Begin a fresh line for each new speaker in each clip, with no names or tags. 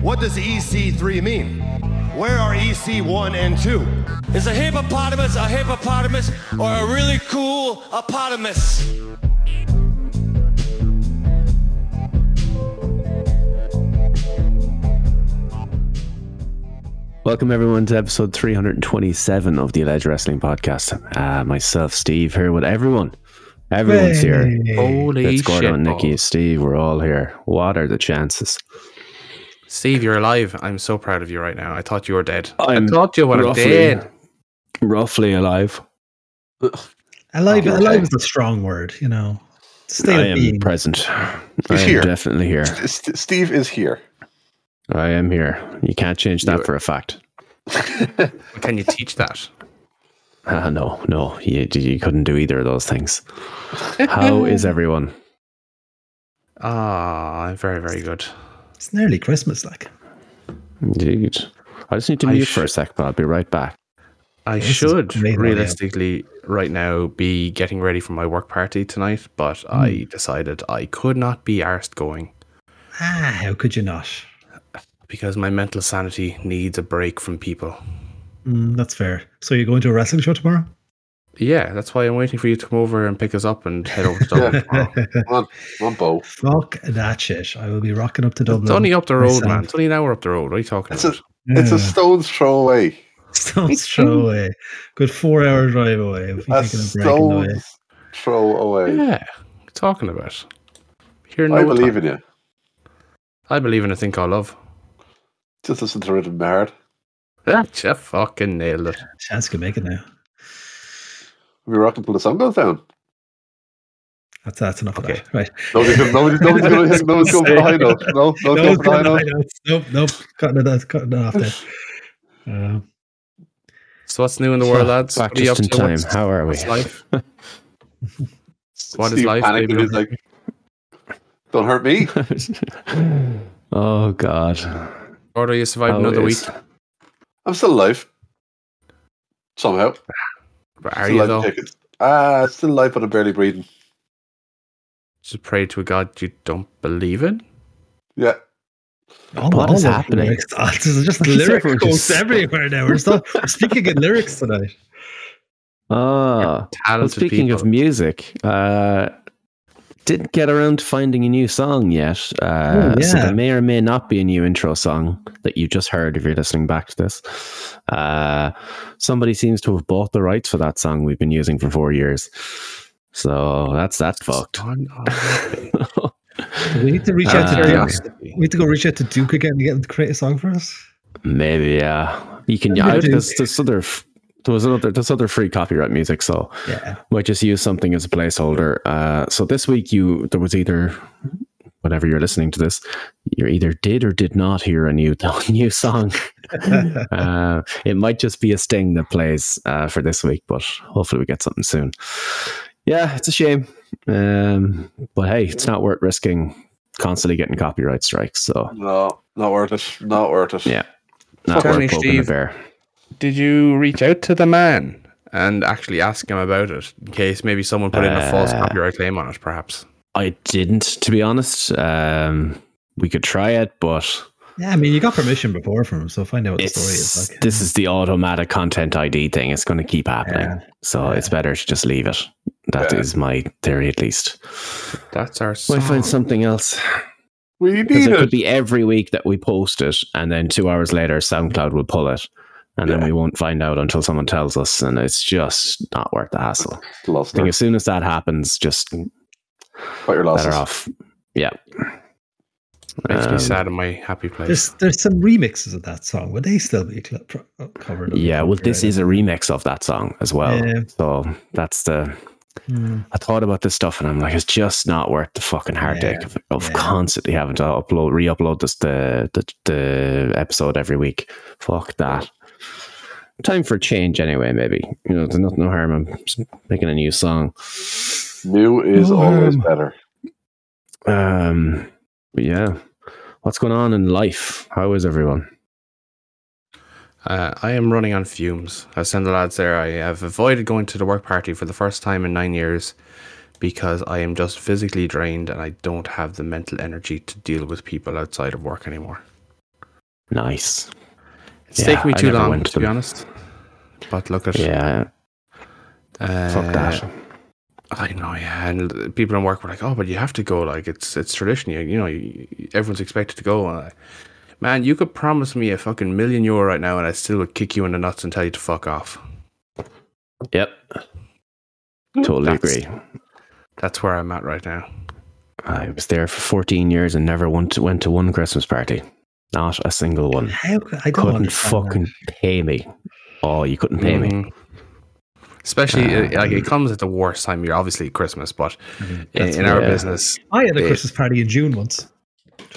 What does EC3 mean? Where are EC1 and 2?
Is a hippopotamus a hippopotamus or a really cool opotamus?
Welcome everyone to episode 327 of the Alleged Wrestling Podcast. Uh, myself, Steve, here with everyone. Everyone's here.
Holy
It's Gordon,
shit,
Nikki,
balls.
Steve. We're all here. What are the chances?
Steve, you're alive. I'm so proud of you right now. I thought you were dead.
I'm
I thought you were
roughly-
dead.
Roughly alive.
Alive,
Okay.
alive is a strong word, you know. State
I
of
am
being.
present. I
He's
am
here.
definitely here.
S- S- Steve is here.
I am here. You can't change that
You-
for a fact.
Can you teach that?
Uh, no, no, you, you couldn't do either of those things. How is everyone?
Ah, I'm very, very good.
It's nearly Christmas, like.
Indeed. I just need to
I
mute
sh-
for a sec, but I'll be right back.
I
This is
should
great audio.
realistically right now be getting ready for my work party tonight, but
Hmm.
I decided I could not be arsed going
Ah, how could you not?
because my mental sanity needs a break from people.
Mm, that's fair. So you're going to a wrestling show tomorrow?
Yeah, that's why I'm waiting for you to come over and pick us up and head over to Dublin. tomorrow.
Come on, come on, Bo.
Fuck that shit. I will be rocking up to Dublin.
It's only up the road, man.
myself.
It's only an hour up the road. What are you talking
It's a-
about?
It's
Yeah.
a stone's throw away.
stone's throw away. Good four hour drive away. If you're
A
taking a break on the way.
stone's throw away.
Yeah, what are you talking about. Here,
I believe in you.
I believe in a thing called love.
Just listen to Rhythm Hard.
That you fucking nailed it.
Chance can make it now.
We'll be rocking till the sun goes down.
That's, that's enough
Okay.
of that. Right.
Nobody's going nobody's, nobody's gonna, nobody's going behind us. No, no,
No,
no
it's
behind us.
not- nope, nope. Cutting it, off- cutting it off there. Uh,
So what's new in the world, lads?
Back
What are you
just
up
in
to?
time.
What's-
How are we?
what's life? What is
Steve
life,
panicked
baby?
and he's like, Don't hurt me.
oh God!
Gordo, you survived
How
another week.
is-
I'm still alive. Somehow.
But are
still
you
alive
though?
to take it. Ah, still alive, but I'm barely breathing.
Just pray to a God you don't believe in.
Yeah.
all,
What
all
is
the
happening?
Lyrics, oh, there's just
Why is
lyric
everyone
quotes
just-
everywhere now. We're, still, we're speaking in lyrics tonight.
Ah, well,
Talented
speaking
people.
of music, uh, didn't get around to finding a new song yet. Uh,
Oh,
So
yeah.
there may or may not be a new intro song that you just heard if you're listening back to this. Uh, somebody seems to have bought the rights for that song we've been using for four years. So that's that's fucked.
Son of a bitch.
We need to reach out to
Uh,
Duke.
Curiosity.
We need to go reach out to Duke again to get him to create a song for us.
Maybe yeah. You can
Yeah,
yeah,
dude.
there's, there's other f- there was another there's other free copyright music, so
Yeah.
might just use something as a placeholder. Uh, so this week you there was either whenever you're listening to this, you either did or did not hear a new new song. uh, it might just be a sting that plays uh, for this week, but hopefully we get something soon. Yeah, it's a shame, um, but hey, it's not worth risking constantly getting copyright strikes. So
No, not worth it. Not worth it.
Yeah. not
Tell
worth
me,
poking
Steve.
the bear.
Did you reach out to the man and actually ask him about it in case maybe someone put in a false
Uh,
copyright claim on it, perhaps?
I didn't, to be honest. Um, we could try it, but
Yeah, I mean, you got permission before from him, so find out what the story
it's
is. Like.
this is the automatic content ID thing. It's going to keep happening,
Yeah.
so
Yeah.
it's better to just leave it. That is
Yeah.
my theory, at least.
That's our
Might
song.
find something else
We
because
need
it could
it.
be every week that we post it, and then two hours later, SoundCloud will pull it, and then
Yeah.
we won't find out until someone tells us, and it's just not worth the hassle. I
Lost
think
her.
as soon as that happens, just
Quite your losses.
better off. Yeah,
Makes me
Um,
sad in my happy place.
There's there's some remixes of that song. Would they still be cl- pro- uh, covered?
Yeah, well, this is a remix of that song as well.
Yeah.
So that's the.
Mm.
I thought about this stuff and I'm like, it's just not worth the fucking heartache
Yeah,
of, of
yeah.
constantly having to upload, re-upload this the, the the episode every week. Fuck that. Time for change, anyway. Maybe you know, there's not no harm in just making a new song.
New is
No
always
harm.
better.
Um, but yeah, what's going on in life? How is everyone?
Uh, I am running on fumes. As some of the lads there, I have avoided going to the work party for the first time in nine years because I am just physically drained and I don't have the mental energy to deal with people outside of work anymore.
Nice.
It's
Yeah,
taken me
I
too
never
long
went
to,
to
be
them.
honest. But look at
Yeah.
uh,
Fuck that.
I know, yeah. And people in work were like, "Oh, but you have to go. Like it's it's tradition. You, you know, you, everyone's expected to go." And I, man, you could promise me a fucking million euro right now, and I still would kick you in the nuts and tell you to fuck off.
Yep. Totally
That's-
agree.
That's where I'm at right now.
I was there for 14 years and never went to, went to one Christmas party. Not a single one.
How could- I don't
Couldn't
understand that.
fucking pay me. Oh, you couldn't pay me.
Mhm. Especially uh, like it comes at the worst time of year, obviously Christmas, but in,
That's
in our
yeah.
business,
I had a
Yeah.
Christmas party in June once.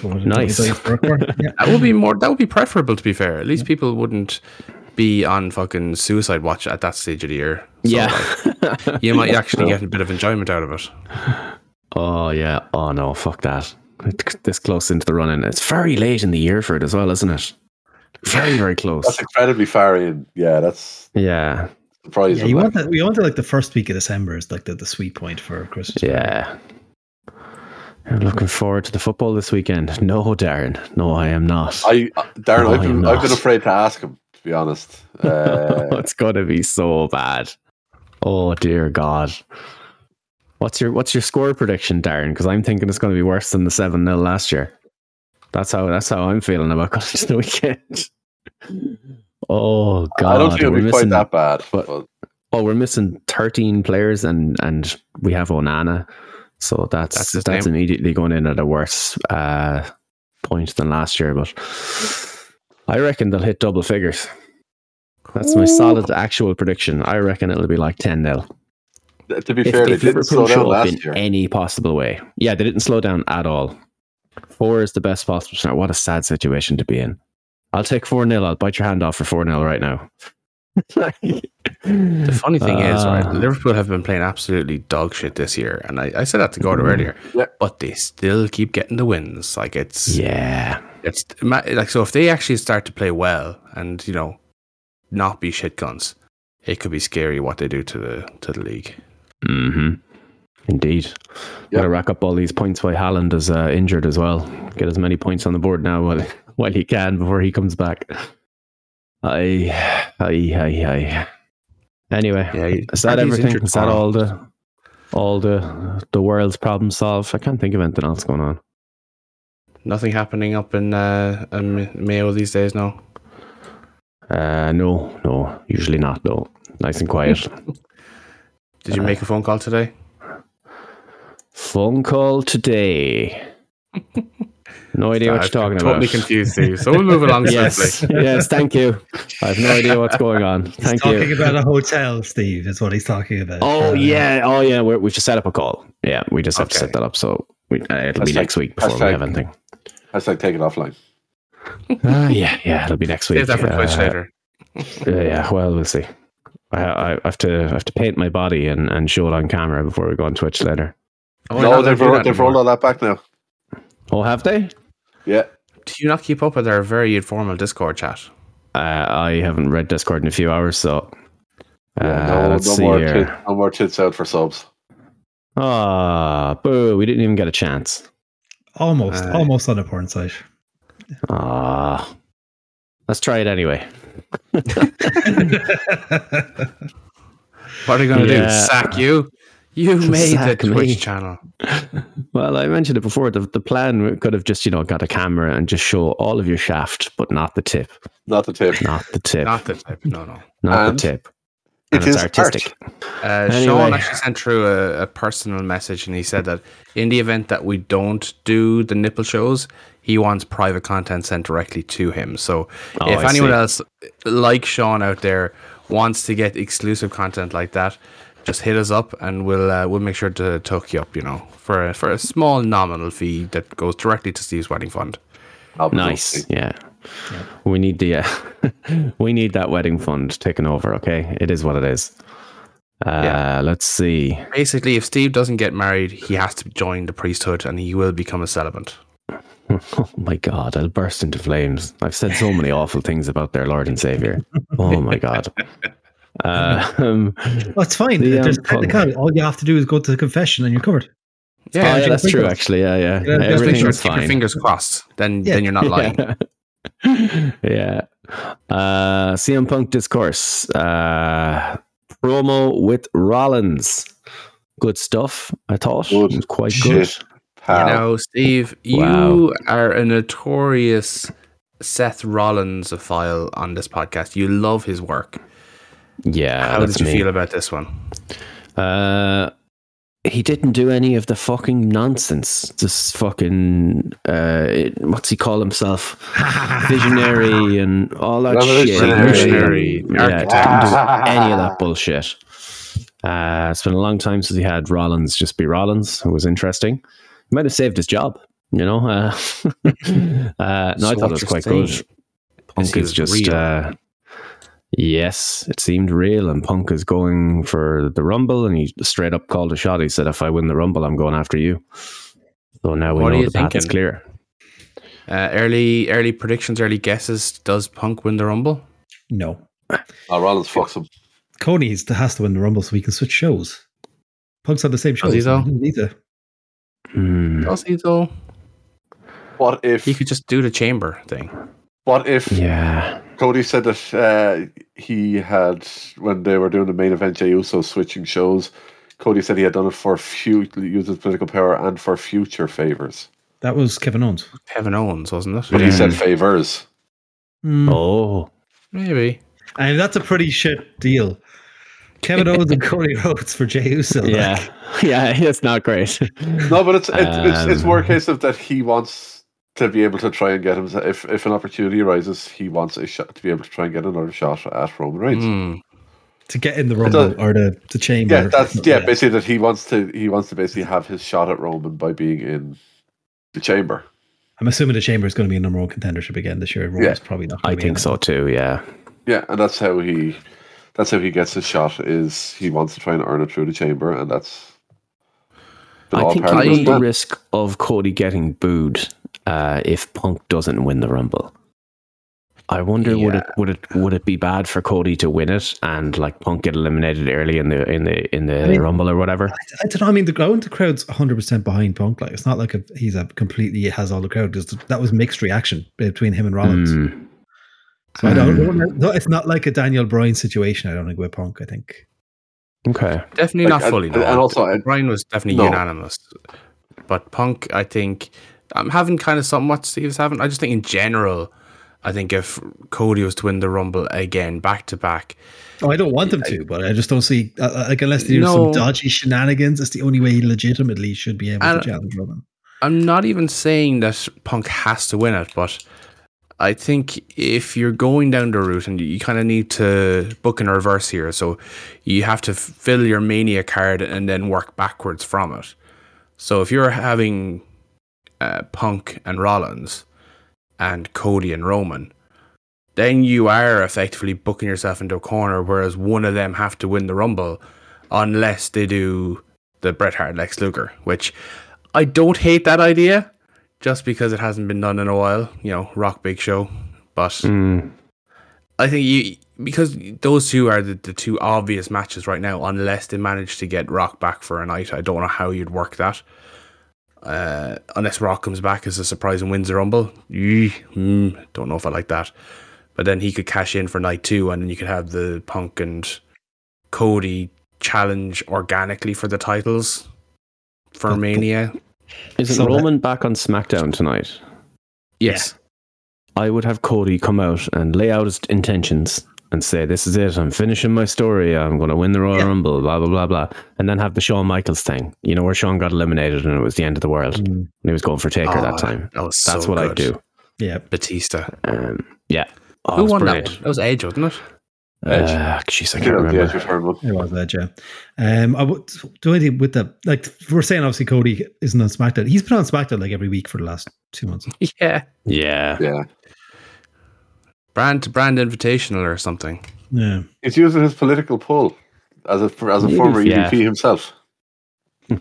Nice.
yeah.
That would be more. That would be preferable, to be fair. At least people wouldn't be on fucking suicide watch at that stage of the year. So,
yeah.
like, you might actually get a bit of enjoyment out of it.
Oh yeah. Oh no. Fuck that. It- This close into the run, and it's very late in the year for it as well, isn't it? Very very close.
That's incredibly far in. Yeah, that's
Yeah.
surprising.
Yeah, you want that? We want to like the first week of December is like the, the sweet point for Christmas.
Yeah. I'm looking forward to the football this weekend. No, Darren. No, I am not.
I, uh, Darren,
No,
I've, been,
Oh, you're
I've been
not.
afraid to ask him, to be honest. Uh,
it's gonna be so bad. Oh dear God. What's your what's your score prediction, Darren? Because I'm thinking it's gonna be worse than the seven 0 last year. That's how that's how I'm feeling about going to the weekend. Oh God!
I don't think it'll
we're
be quite
missing-
that bad.
but-
But,
Oh, we're missing 13 players and and we have Onana. So that's
That's
that's,
his
immediately going in at a worse uh, point than last year, but I reckon they'll hit double figures. That's my solid actual prediction. I reckon it'll be like 10 0.
to be
If,
fair, they
if
did slow
Liverpool
down
show up in
last year.
any possible way. Yeah, they didn't slow down at all. Four is the best possible scenario. What a sad situation to be in. I'll take 4 0. I'll bite your hand off for 4 0 right now.
The funny thing is,
Ah.
right, Liverpool have been playing absolutely dog shit this year, and I, I said that to Gordon
Mm-hmm.
earlier.
Yeah.
But they still keep getting the wins. Like it's
yeah.
it's ma- like so if they actually start to play well and you know not be shit guns, it could be scary what they do to the to the league.
hmm Indeed. Got to rack up all these points while Haaland is uh, injured as well. Get as many points on the board now while, while he can before he comes back. Aye, aye, aye, aye. Anyway,
Yeah, you-
is that
Vardy's
everything?
injured
Is that
tomorrow.
all the all the the world's problem solved? I can't think of anything else going on.
Nothing happening up in uh, in Mayo these days, no.
Uh, no, no, usually not. No, nice and quiet.
Did
Uh-huh.
you make a phone call today?
Phone call today. No idea what you're talking about.
Totally confused, Steve. So we'll move along
Yes,
swiftly.
yes, thank you. I have no idea what's going on.
He's
Thank
talking
you.
about a hotel, Steve. Is what he's talking about.
oh
Uh,
yeah, oh yeah. We're, we should set up a call. Yeah, we just have to
Okay.
set that up. So we, uh, it'll be
Hashtag-
next week before we
hashtag-
have anything.
That's like taking offline.
Uh, yeah, yeah, it'll be next week.
Save that for Twitch
Uh,
later.
yeah, yeah, well, we'll see. I, I have to I have to paint my body and, and show it on camera before we go on Twitch later.
Oh,
no,
no, they
they've,
do
rolled-
that
they've rolled
anymore.
all that back now.
Oh, have they?
Yeah.
Do you not keep up with our very informal Discord chat?
Uh, I haven't read Discord in a few hours, so uh,
yeah no,
let's
no,
see
more tit,
here.
no more tits out for subs.
Ah, boo! We didn't even get a chance.
almost,
Uh,
almost on a porn site.
Ah, let's try it anyway.
What are you going to do?
Yeah.
Sack you? You made
Sack
the
me.
Twitch channel.
Well, I mentioned it before. The, the plan could have just, you know, got a camera and just show all of your shaft, but not the tip.
Not the tip.
Not the tip. not
Not the type. No, no.
the
and
tip.
it
and it's
is
artistic.
Uh,
Anyway.
Sean actually sent through a, a personal message and he said that in the event that we don't do the nipple shows, he wants private content sent directly to him. So
Oh,
if
I
anyone
see.
else, like Sean out there, wants to get exclusive content like that, just hit us up and we'll uh, we'll make sure to hook you up. You know, for a, for a small nominal fee that goes directly to Steve's wedding fund.
Nice. Yeah. We need the, uh, we need that wedding fund taken over. Okay. It is what it is. Uh,
Yeah.
Let's see.
Basically, if Steve doesn't get married, he has to join the priesthood and he will become a celibate.
Oh my God. I'll burst into flames. I've said so many awful things about their Lord and Savior. Oh my God. Uh, um,
Well, it's fine. Uh,
The,
There's
um,
technicality. All you have to do is go to the confession, and you're covered.
oh, yeah,
just
that's
make
true,
sure-
actually. Yeah, yeah.
Yeah, just make
Just make
Everything's
sure to keep your
fine.
fingers crossed. Then
Yeah.
then you're not lying.
Yeah. yeah. Uh, CM Punk discourse uh, promo with Rollins. Good stuff. I thought
Good
It was quite good.
shit. Pal.
Now, Steve,
Wow.
you are a notorious Seth Rollins file on this podcast. You love his work.
Yeah.
How
Ah, that's
did you
me.
feel about this one?
Uh, he didn't do any of the fucking nonsense. This fucking uh, it- what's he call himself? Visionary and all that shit.
Revolutionary.
Revolutionary.
Yeah,
Architect.
didn't do any of that bullshit. Uh, it's been a long time since he had Rollins just be Rollins. It was interesting. He might have saved his job. You know. Uh, uh, no, I
what
thought it was
you're
quite
saying
good.
is
Punk
he
is
was
just
real.
uh, yes, it seemed real, and Punk is going for the Rumble, and he straight up called a shot. He said, "If I win the Rumble, I'm going after you." So now we
What are
know
you
the path is
thinking?
clear.
Uh, early, early predictions, early guesses. Does Punk win the Rumble?
No.
Oh, Rollins fucks him.
Cody is- has to win the Rumble so we can switch shows. Punk's on the
Oh,
same show.
Does he though?
Either.
Hmm.
Does he though?
What if?
He could just do the chamber thing.
what if
Yeah,
Cody said that uh, he had when they were doing the main event, Jey Uso switching shows. Cody said he had done it for future use his political power and for future favors.
That was Kevin Owens.
Kevin Owens, wasn't it?
But he
Yeah.
said favors.
Mm.
Oh,
Maybe.
And that's a pretty shit deal. Kevin Owens and Cody Rhodes for Jey Uso. like,
yeah, yeah. It's not great.
No, but it's it's, it's it's more a
Um,
case of that he wants to be able to try and get him if if an opportunity arises, he wants a shot to be able to try and get another shot at Roman Reigns.
Mm.
to get in the Rumble
does-
or the, the chamber.
Yeah, that's yeah, basically that he wants to he wants to basically have his shot at Roman by being in the chamber.
I'm assuming the chamber is going to be a number one contendership again this year. Roman's probably not. gonna
I
be
think
in it.
so too. Yeah,
Yeah, and that's how he that's how he gets his shot is he wants to try and earn it through the chamber and that's been
I
all
think
part of
you
his
run the
plan.
risk of Cody getting booed uh, if Punk doesn't win the Rumble. I wonder would it would it would it be bad for Cody to win it and like Punk get eliminated early in the in the in the
I mean-
Rumble or whatever?
I, I don't know. I mean, the, I think the crowd's 100 percent behind Punk. Like, it's not like a, he's a completely has all the crowd. Just, that was mixed reaction between him and Rollins.
Hmm.
So I don't.
Hmm.
No, it's not like a Daniel Bryan situation. I don't think with Punk. I think
Okay.
Definitely
Like,
not
and-
fully.
and-
no.
and also, I-
Brian was definitely
No.
unanimous. But Punk, I think, I'm having kind of somewhat Steve's having. I just think in general, I think if Cody was to win the Rumble again, back to back,
Oh, I don't want them to, but I just don't see uh, uh, like unless they do some
No.
dodgy shenanigans. It's the only way he legitimately should be able
And-
to challenge Roman.
I'm not even saying that Punk has to win it, but I think if you're going down the route and you kind of need to book in reverse here, so you have to fill your Mania card and then work backwards from it. So if you're having uh, Punk and Rollins and Cody and Roman, then you are effectively booking yourself into a corner, whereas one of them have to win the Rumble unless they do the Bret Hart Lex Luger, which I don't hate that idea just because it hasn't been done in a while, you know, Rock Big Show. But
Hmm.
I think you because those two are the, the two obvious matches right now, unless they manage to get Rock back for a night. I don't know how you'd work that. Uh, unless Rock comes back as a surprise and wins the Rumble. Yee, mm, don't know if I like that. But then he could cash in for night two, and then you could have the Punk and Cody challenge organically for the titles for
But- but-
Mania.
Is
So
it
that-
Roman back on SmackDown tonight?
Yes.
I would have Cody come out and lay out his intentions and say, "This is it. I'm finishing my story. I'm going to win the Royal
Yeah.
Rumble." Blah blah blah blah, and then have the Shawn Michaels thing. You know where Shawn got eliminated and it was the end of the world. And he was going for Taker
Mm. Oh,
that time.
That was
That's
so
what I
good.
do.
Yeah,
Batista.
Um, yeah. Oh, it
Who
was
won that?
brilliant.
One? That was Edge, wasn't it?
Edge?
Uh, jeez, I
You
can't
know, the edge
remember.
return one.
It was that, yeah. Um, I would do anything with that. Like we're saying, obviously Cody isn't on SmackDown. He's been on SmackDown like every week for the last two months.
Yeah.
Yeah.
Yeah.
Brand brand invitational or something.
Yeah,
He's using his political pull as a as a
Move,
former
yeah.
EVP himself.
Dear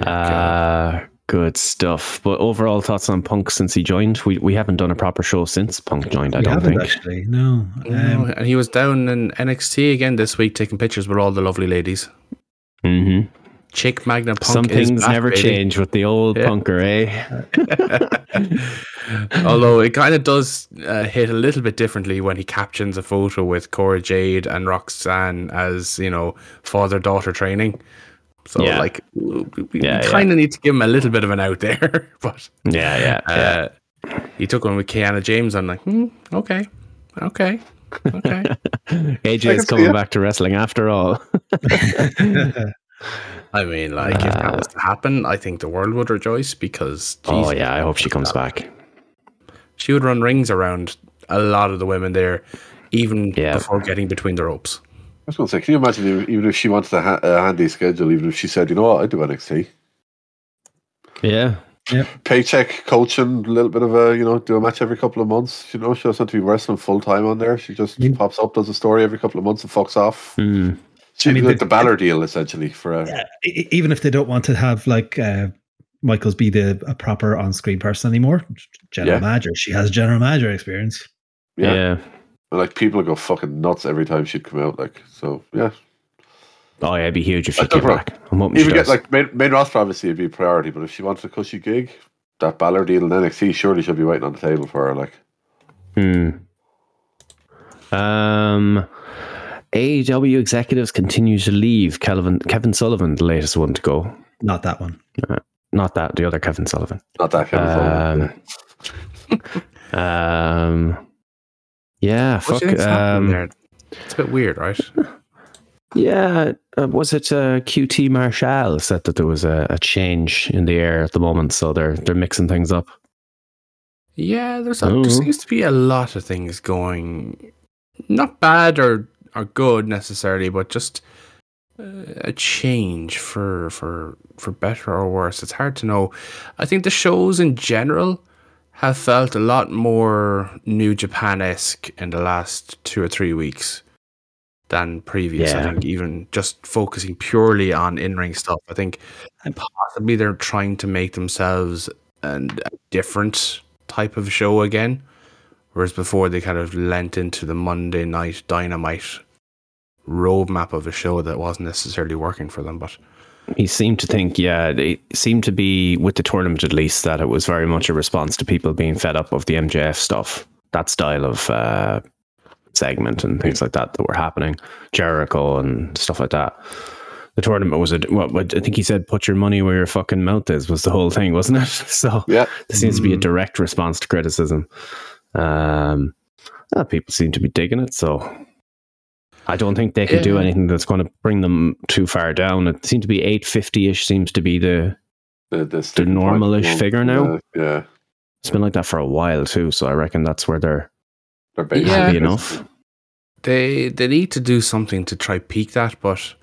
God.
Uh, good stuff. But overall thoughts on Punk since he joined? We we haven't done a proper show since Punk joined. I
We
don't
haven't
think.
actually. No,
No,
um,
Oh, and he was down in NXT again this week taking pictures with all the lovely ladies.
Mm-hmm.
Chick Magna Punk
Some
is
things
back,
never
baby.
change with the old
Yeah.
punker, eh?
Although it kind of does uh, hit a little bit differently when he captions a photo with Cora Jade and Roxanne as you know father daughter training. So
Yeah.
like we,
Yeah, yeah.
kind of need to give him a little bit of an out there, but
Yeah, yeah, yeah.
uh, he took one with Kiana James. I'm like, hmm, okay, okay, okay.
AJ is
see
coming
it.
back to wrestling after all.
I mean, like if that was to happen, I think the world would rejoice because
oh
Jesus,
yeah, I hope she comes back.
she would run rings around a lot of the women there, even
Yeah.
before getting between the ropes.
I was going to say, can you imagine if- even if she wants a, ha- a handy schedule, even if she said, you know what, I do NXT.
Yeah.
Paycheck, coaching, a little bit of a, you know, do a match every couple of months. You know, she doesn't have to be wrestling full time on there. She just
Mm.
pops up, does a story every couple of months and fucks off.
Mm.
She
I mean,
like
the-
the Balor deal, essentially, for a,
Yeah, e- e- even if they don't want to have like uh, Michaels be the a proper on screen person anymore, general
Yeah.
manager. She has general manager experience.
Yeah.
Yeah.
And like people go fucking nuts every time she'd come out. Like so, yeah.
Oh yeah, it'd be huge if she
That's no
came
problem.
back. I'm hoping she
Even get
does.
like main, main roster obviously would be a priority, but if she wanted a cushy gig, that Balor deal in NXT surely she'll be waiting on the table for her. Like
Hmm. Um, AEW executives continue to leave. Kevin Kevin Sullivan, the latest one to go.
Not that one.
Not that the other Kevin Sullivan.
not that kind of
Um,
thing.
Um, yeah,
What do you
fuck.
think's happening
Um,
there? It's a bit weird, right?
yeah, uh, was it uh, QT Marshall said that there was a, a change in the air at the moment, so they're they're mixing things up.
Yeah, there's a,
Oh.
there seems to be a lot of things going, not bad or or good necessarily, but just uh, a change for for for better or worse. It's hard to know. I think the shows in general have felt a lot more New Japan esque in the last two or three weeks than previous. I
Yeah.
think even just focusing purely on in ring stuff. I think possibly they're trying to make themselves and a different type of show again. Whereas before they kind of lent into the Monday night dynamite roadmap of a show that wasn't necessarily working for them. But
He seemed to think, yeah, it seemed to be with the tournament at least that it was very much a response to people being fed up of the MJF stuff, that style of uh, segment and things like that that were happening, Jericho and stuff like that. The tournament was a well, I think he said, "Put your money where your fucking mouth is." Was the whole thing, wasn't it? So
Yeah.
this seems to be a
Hmm.
direct response to criticism. Um, uh, people seem to be digging it, so I don't think they can do
Yeah.
anything that's going to bring them too far down. It seemed to be eight fifty ish. Seems to be the.
The, the sticking point
normal-ish
one,
figure now?
Yeah, yeah.
It's been like that for a while too, so I reckon that's where they're
They're basically-
Yeah.
happy enough.
they they need to do something to try peak that. But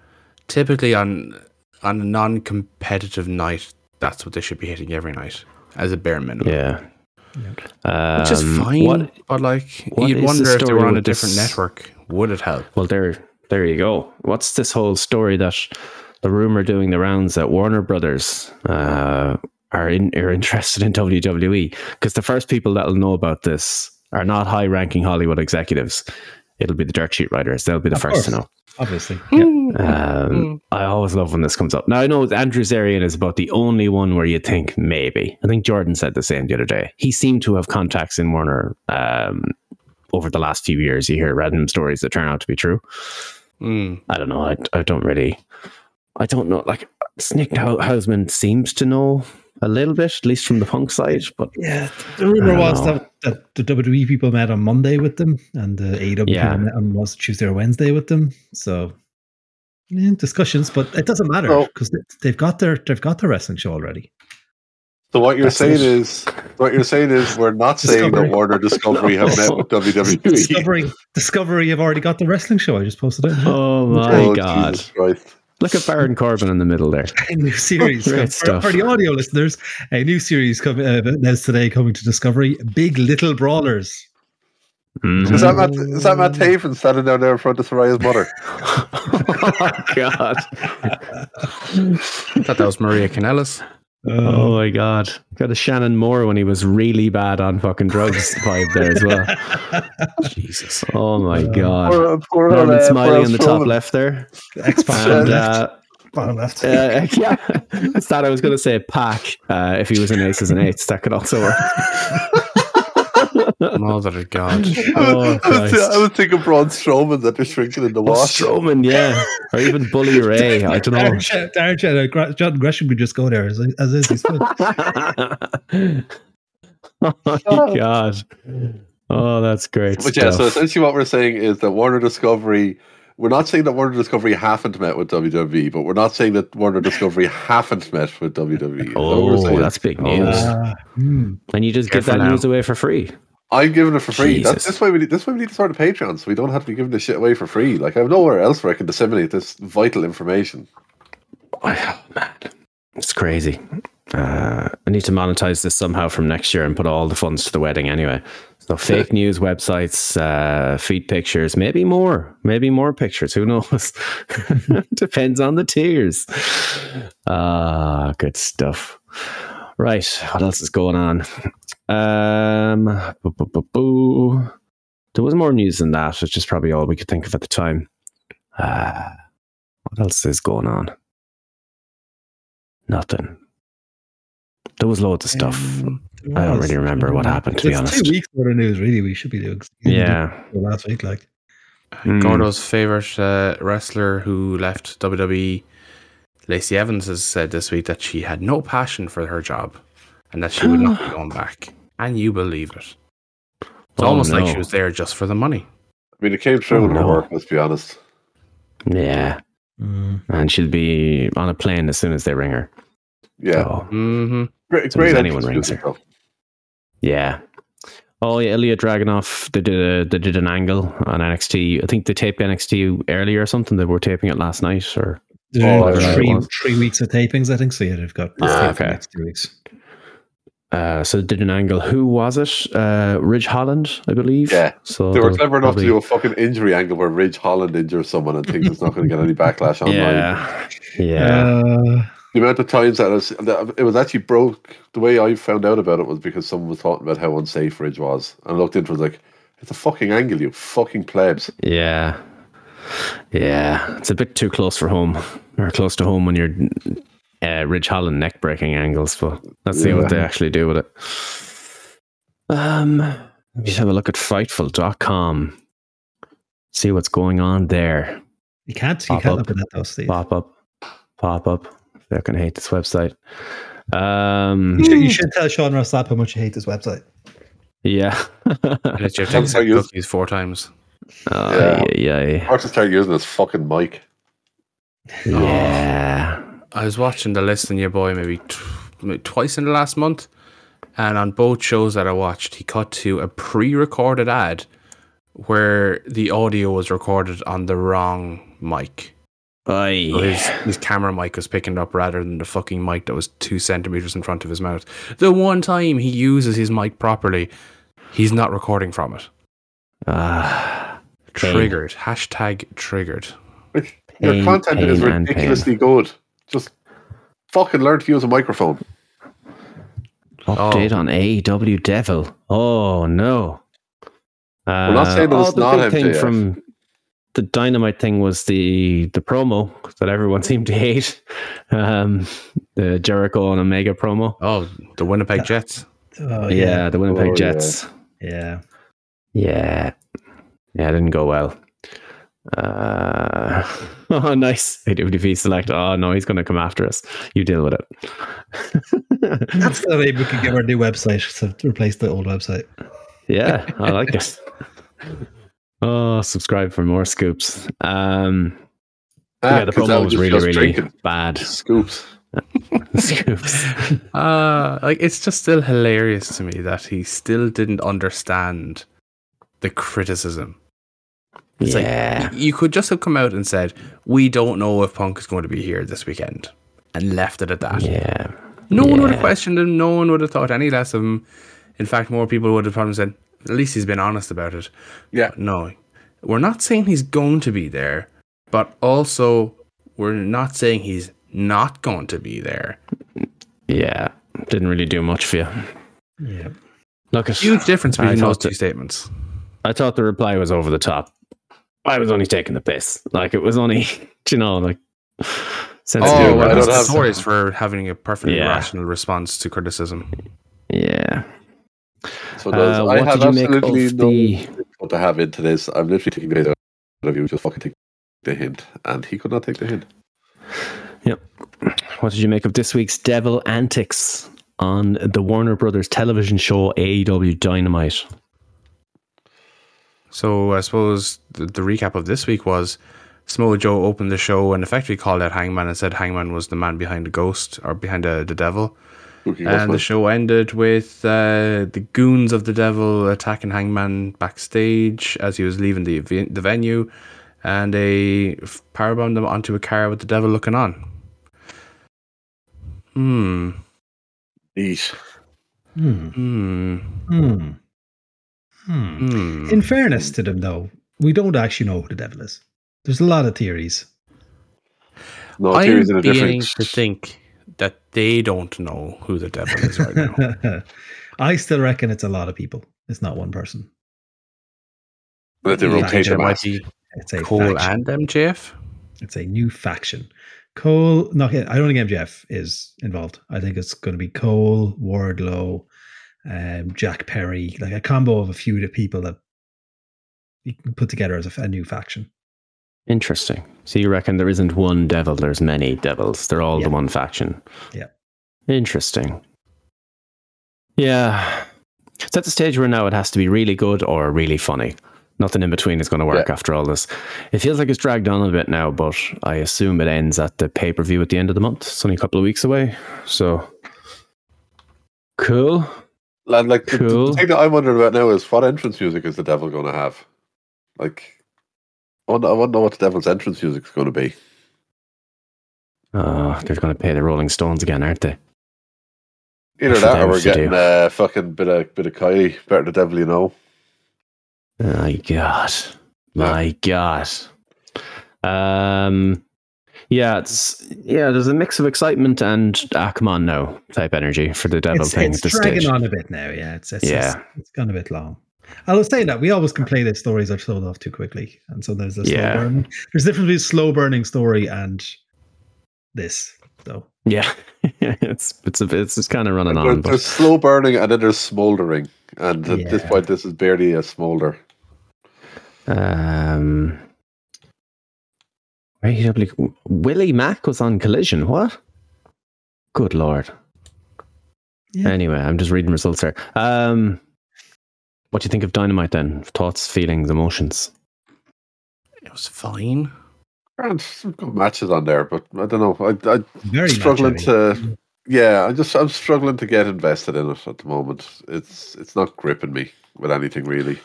typically on on a non competitive night, that's what they should be hitting every night as a bare minimum.
Yeah. Um,
Which is fine,
what-
but like
what is
you'd
the
wonder if they
story
were on a
with this-
different network, would it help?
well, there, there you go. What's this whole story that the rumor doing the rounds that Warner Brothers uh, are in are interested in WWE? Because the first people that'll know about this are not high ranking Hollywood executives. It'll be the dirt sheet writers. They'll be the
Of
first to
course.
know.
Obviously. Yeah.
Um, I always love when this comes up. Now I know Andrew Zarian is about the only one where you think maybe. I think Jordan said the same the other day. He seemed to have contacts in Warner um, over the last few years. You hear random stories that turn out to be true.
Mm.
I don't know. I, I don't really. I don't know. Like Snick Hou- Hausman seems to know a little bit, at least from the punk side. But
Yeah. The rumor
I
was
know.
that, that the WWE people met on Monday with them and the AEW
Yeah.
people met on was it Tuesday or Wednesday with them. So yeah, discussions, but it doesn't matter
So-
because they've got their they've got their wrestling show already.
So what you're
That's
saying
it.
is, what you're saying is, we're not saying
Discovery.
that Warner Discovery have met with E. WWE.
Discovery Discovery have already got the wrestling show. I just posted it.
oh my
Oh,
god!
Jesus Christ.
Look at Baron Corbin in the middle there.
a new series
Great
for,
stuff.
for the audio listeners. A new series coming uh, that's today coming to Discovery. Big Little Brawlers.
Is
Mhm.
that Matt? Is that Matt Taven standing down there in front of Soraya's mother?
oh my god!
I thought that was Maria Canellis.
Uh,
Oh my god. Got a Shannon Moore when he was really bad on fucking drugs vibe there as well.
Jesus.
Oh my god.
Poor- poor old,
Norman
uh, poor
Smiley
old
on the top
Strowman.
left there.
X
And Oh. uh,
bottom left.
Uh, yeah, I thought I was going to say pack. Uh, if he was in aces and eights, that could also work.
Mother of God.
Oh,
I, was,
Christ.
I was thinking Braun Strowman that they're shrinking in the
Oh,
wash.
Strowman, yeah, or even Bully Ray. I don't know.
Darren Shan- Darren Shan- uh, Gra- John Gresham could just go there as, as is. He's fine.
oh my god! Oh, that's great.
But yeah, so
stuff.
essentially what we're saying is that Warner Discovery, we're not saying that Warner Discovery haven't met with WWE, but we're not saying that Warner Discovery haven't met with E. WWE. So Uh, we're
oh,
saying-
that's big news.
Ah, hmm.
and you just get
Careful
that
now.
news away for free.
I'm giving it for free. That's,
Jesus.
that's why we need, that's why we need to start a Patreon, so we don't have to be giving this shit away for free. Like I have nowhere else where I can disseminate this vital information.
Oh, man, it's crazy. Uh, I need to monetize this somehow from next year and put all the funds to the wedding anyway. So fake news websites, uh, feed pictures, maybe more, maybe more pictures. Who knows? Depends on the tiers. Ah, good stuff. Right, what else is going on? Um, boo, boo, boo, boo. there was more news than that, which is probably all we could think of at the time. Uh, what else is going on? Nothing. There was loads of stuff.
Um, there
I don't
was.
really remember what happened, to be
It's
honest.
Two weeks worth of news, really. We should be doing.
Yeah.
doing last week, like
Mm.
Gordo's favorite uh, wrestler who left WWE, Lacey Evans, has said this week that she had no passion for her job and that she would not be going back. And you believe it. It's
Oh,
almost like
no.
she was there just for the money.
I mean, it came through
Oh,
in her
no.
work. Let's be honest.
Yeah. And she'll be on a plane as soon as they ring her.
Yeah,
So,
hmm
great.
Oh, So does
great
anyone
entrance
rings
music, though.
yeah. Oh, yeah, Ilya Dragunov, they did, a, they did an angle on NXT. I think they taped NXT earlier or something. They were taping it last night or
There's
Oh,
yeah.
only about uh, three
Yeah.
three weeks of tapings, I think. So yeah, they've got
Ah,
taping for
okay.
next two weeks.
uh, so they did an angle. Who was it? Uh, Ridge Holland, I believe.
Yeah.
So
They were
they'll
clever enough
probably-
to do a fucking injury angle where Ridge Holland injures someone and thinks it's not going to get any backlash online.
Yeah. Yeah.
Uh,
The amount of times that, I was, that it was actually broke. The way I found out about it was because someone was talking about how unsafe Ridge was, and I looked into it and was like, "It's a fucking angle, you fucking plebs."
Yeah. Yeah. It's a bit too close for home or close to home when you're uh, Ridge Holland neck breaking angles, but let's see what they actually do with it. Um, let me have a look at fightful.com. See what's going on there.
you can't you
Pop
can't
up.
look at that though, Steve.
Pop up. Pop up. I fucking hate this website. Um,
You, should, you should tell Sean Ross Sapp how much you hate this website.
yeah.
And it's your text
how you-
cookies four times.
Oh, yeah. Yeah.
I have to start using this fucking mic.
Yeah.
I was watching the list and your boy maybe, tw- maybe twice in the last month, and on both shows that I watched, he cut to a pre-recorded ad where the audio was recorded on the wrong mic.
Aye.
So His, his camera mic was picking it up rather than the fucking mic that was two centimeters in front of his mouth. The one time he uses his mic properly, he's not recording from it.
Ah. Pain.
Triggered. Hashtag triggered.
Your
Pain,
content is
pain, and pain.
ridiculously good. Just fucking learn to use a microphone. Oh.
Update on AEW Devil. Oh no. Uh,
not saying that
oh,
it's
the
not
big thing
MJF.
from the dynamite thing was the the promo that everyone seemed to hate. Um, the Jericho and Omega promo.
Oh, the Winnipeg Jets.
Oh
yeah. the Winnipeg
Oh, yeah.
Jets.
yeah.
Yeah. Yeah, it didn't go well. Uh, oh, nice. AWDP select. Oh, no, he's going to come after us. You deal with it.
That's the name we could give our new website to- to replace the old website.
yeah, I like it. Oh, subscribe for more scoops. Um, yeah, the
Ah, 'cause
promo
I
was
just-
really,
just
really
drinking
bad.
Scoops.
scoops.
Uh, like it's just still hilarious to me that he still didn't understand the criticism. It's like-
yeah,
You could just have come out and said, "We don't know if Punk is going to be here this weekend," and left it at that.
yeah,
No one would have
yeah.
questioned him. No one would have thought any less of him. In fact, more people would have probably said, "At least he's been honest about it."
Yeah.
No, we're not saying he's going to be there, but also we're not saying he's not going to be there.
yeah. Didn't really do much for you.
Yeah.
Look, at,
Huge difference
I
between those
thought
two statements.
I thought the reply was over the top. I was only taking the piss. Like it was only, you know, like Sensitive
Oh,
about
well,
this.
that's
don't have-
notorious for having a perfectly
Yeah.
rational response to criticism.
yeah.
So those,
Uh,
I
what
have
did you make
absolutely
of
no
the-
idea what to have into this. I'm literally taking the hint out of you. Just fucking take the hint, and he could not take the hint.
What did you make of this week's devil antics on the Warner Brothers television show AEW Dynamite?
So I suppose the, the recap of this week was Samoa Joe opened the show and effectively called out Hangman and said Hangman was the man behind the ghost or behind the, the devil.
Looking at
And the
my-
show ended with uh, the goons of the devil attacking Hangman backstage as he was leaving the ve- the venue, and they f- powerbombed him onto a car with the devil looking on. Hmm.
Neat.
Hmm.
Hmm.
Hmm. Hmm.
Hmm.
In fairness to them, though, we don't actually know who the devil is. There's a lot of theories.
No,
I'm
theories in a
beginning
different.
to think that they don't know who the devil is right now.
I still reckon it's a lot of people. It's not one person.
That they
Yeah,
rotate
It
them
might
out.
be
It's a
Cole
faction.
and MJF.
It's a new faction. Cole, no, I don't think MJF is involved. I think it's going to be Cole, Wardlow, um, Jack Perry, like a combo of a few of the people that you can put together as a, a new faction.
Interesting. So you reckon there isn't one devil, there's many devils. They're all the
Yeah.
one faction.
Yeah.
Interesting. Yeah. It's at the stage where now it has to be really good or really funny. Nothing in between is going to work
Yeah.
after all this. It feels like it's dragged on a bit now, but I assume it ends at the pay per view at the end of the month. It's only a couple of weeks away. So cool.
And like the- the,
Cool.
thing that I'm wondering about now is what entrance music is the devil going to have? Like, I want to know what the devil's entrance music is going to be.
Oh, they're going to pay the Rolling Stones again, aren't they?
Either
That's what
that,
I
or we're
used to
getting
do.
a fucking bit of bit of Kylie, better the devil you know.
My God. My God. Um yeah, it's yeah, there's a mix of excitement and ah come on now type energy for the devil
It's,
thing
it's
at this
dragging
stage.
on a bit now. Yeah, it's it's,
Yeah.
it's it's gone a bit long. I was saying that we always complain that stories are sold off too quickly, and sometimes there's
Yeah.
slow burn. There's a difference between slow burning story and this. So
Yeah. it's it's a, it's, it's kinda running
There-
on, but
there's slow burning and then there's smouldering, and at this
Yeah.
point, this is barely a smoulder.
um AEW Willie Mack was on collision, what? Good lord.
Yeah.
Anyway, I'm just reading results here. Um what do you think of Dynamite then? Thoughts, feelings, emotions?
It was fine.
And some good matches on there, but I don't know. I, I
very
struggling
much, I mean.
Mm-hmm.
to, yeah. I just I'm struggling to get invested in it at the moment. It's it's not gripping me with anything really.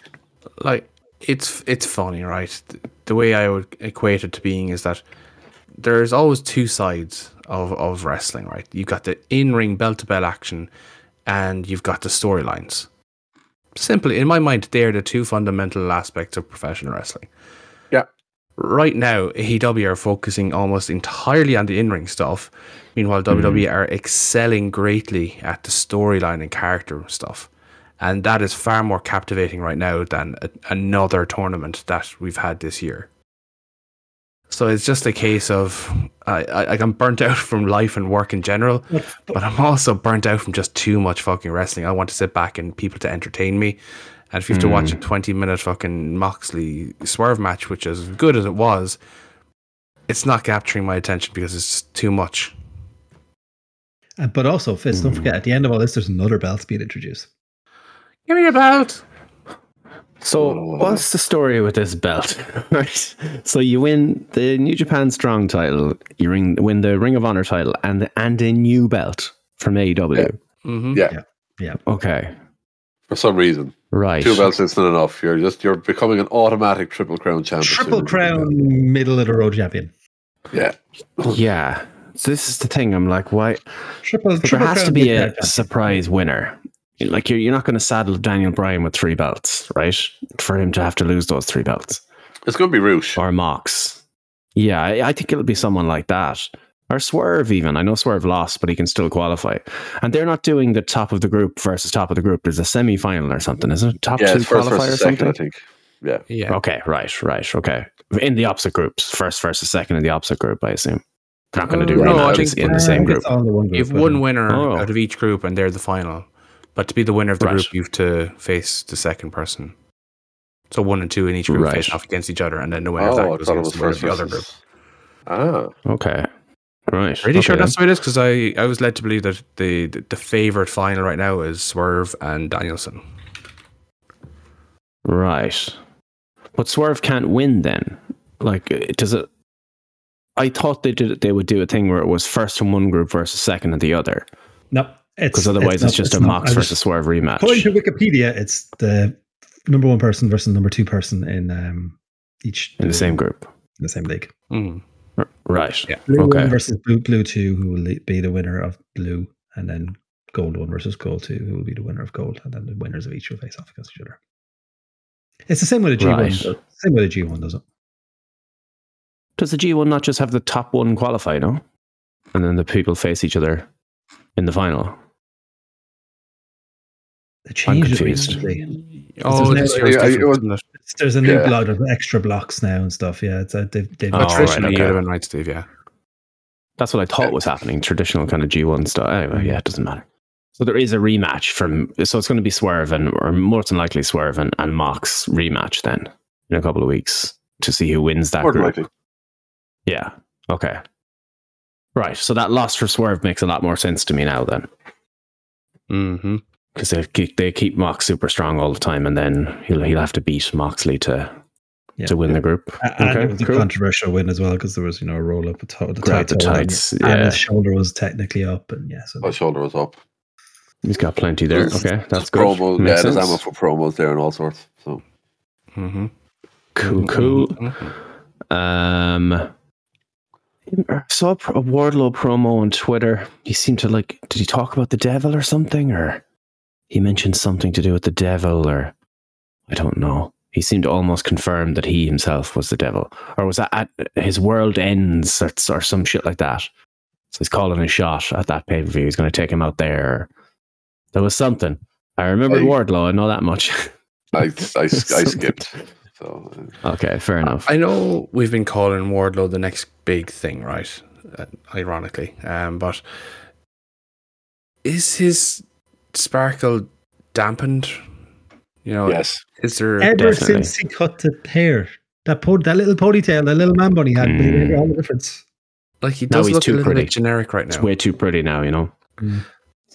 like it's it's funny, right? Th- The way I would equate it to being is that there's always two sides of, of wrestling, right? You've got the in ring bell to bell action, and you've got the storylines. Simply, in my mind, they are the two fundamental aspects of professional wrestling.
Yeah.
Right now, AEW are focusing almost entirely on the in ring stuff. Meanwhile, WWE are excelling greatly at the storyline and character stuff. And that is far more captivating right now than a, another tournament that we've had this year. So it's just a case of I, I, like I'm burnt out from life and work in general, but I'm also burnt out from just too much fucking wrestling. I want to sit back and people to entertain me. And if you have to watch a 20 minute fucking Moxley swerve match, which is as good as it was, it's not capturing my attention because it's just too much.
Uh, but also, Fitz, don't
Mm.
forget, at the end of all this, there's another belt being introduced.
Give me your belt.
So what's the story with this belt? right. So you win the New Japan Strong title, you ring, win the Ring of Honor title, and and a new belt from AEW.
hmm
Yeah,
Okay,
for some reason,
right.
two belts isn't enough. You're just you're becoming an automatic triple crown champion.
Triple Crown middle of the road champion.
Yeah,
Yeah. So this is the thing. I'm like, why?
Triple,
There
triple
has
Crown
to be
mid-card
a
champion.
surprise winner. Like you're you're not going to saddle Daniel Bryan with three belts, right? For him to have to lose those three belts.
it's going to be Roosh.
or Mox. Yeah, I, I think it'll be someone like that. Or Swerve, even. I know Swerve lost, but he can still qualify. And they're not doing the top of the group versus top of the group. There's a semi final or something, isn't it? Top
Yeah,
two
it's first
qualifier or
versus second, I
something?
think.
Yeah.
Okay, right, right, okay. In the opposite groups, first versus second in the opposite group, I assume. not going to
Uh,
do
no, I
rematches
think-
in the same group.
It's all in the one group.
You've
but,
one
um,
winner
Oh.
out of each group, and they're the final. But to be the winner of the
Right.
group, you have to face the second person. So one and two in each group
Right.
face off against each other, and then the winner of
Oh,
that
I
goes
thought it
against
was
the winner
first
of the other group.
versus- Ah,
Okay, right.
Pretty sure
okay
that's
then.
the way it is because I, I was led to believe that the the, the favorite final right now is Swerve and Danielson.
right. But Swerve can't win then. Like, it- does it? I thought they did. They would do a thing where it was first in one group versus second in the other,
No, it's
because otherwise it's,
not-
just a
not.
Mox
I was-
versus Swerve rematch.
According to Wikipedia, it's the number one person versus number two person in um, each
in the same group.
in the same league.
Mm.
R- Right.
Yeah.
Blue
Okay.
one versus blue blue two, who will le- be the winner of blue, and then gold one versus gold two, who will be the winner of gold, and then the winners of each will face off against each other. It's the same way the G one,
Right.
does- same way the G one does it.
Does the G1 not just have the top one qualify, no? And then the people face each other in the final.
They changed it
confused.
recently.
Oh,
there's
this
no-
year's
I- I-
different,
it was-
isn't it?
It's- There's a new
Yeah.
block of extra blocks now and stuff. Yeah, it's, uh, they've, they've
Oh, right,
Traditionally,
okay.
you'd have been right, Steve. Yeah.
That's what I thought was happening. Traditional kind of G1 stuff. Anyway, yeah, it doesn't matter. So there is a rematch from. So it's going to be Swerve and, or more than likely Swerve and, and Mox rematch then in a couple of weeks to see who wins that
more than
group.
likely.
Yeah. Okay. Right. So that loss for Swerve makes a lot more sense to me now then.
hmm
because they keep, they keep Mox super strong all the time, and then he'll he'll have to beat Moxley to
Yeah.
to win the group.
A- And
Okay,
it was a
cool.
controversial win as well because there was, you know, a roll up, a to- the
Grab the
toe and-
tights,
and
yeah.
his shoulder was technically up, and yeah, so
My shoulder was up.
He's got plenty there.
There's-
Okay, that's
there's
good.
Promo, yeah,
Makes
there's ammo
sense.
for promos there and all sorts. So
Mm-hmm.
hmm
Cool, cool. Um, I saw a pro- a Wardlow promo on Twitter. He seemed to like. Did he talk about the devil or something, or he mentioned something to do with the devil, or I don't know. He seemed to almost confirm that he himself was the devil, or was that at his world ends or, or some shit like that. So he's calling a shot at that pay per view. He's going to take him out there. There was something. I remembered
Hey.
Wardlow. I know that much.
I, I, I skipped. So uh,
okay, fair enough.
I know we've been calling Wardlow the next big thing, right? Uh, ironically, um, but is his sparkle dampened? You
Oh,
know,
yes,
is there?
Ever
Definitely.
since he cut the hair, that po- that little ponytail, that little man bun he had, made
Mm.
all the difference.
Like he
No,
does
he's
look a
too
little
pretty.
bit generic right
it's
now.
way too pretty now, you know.
Mm.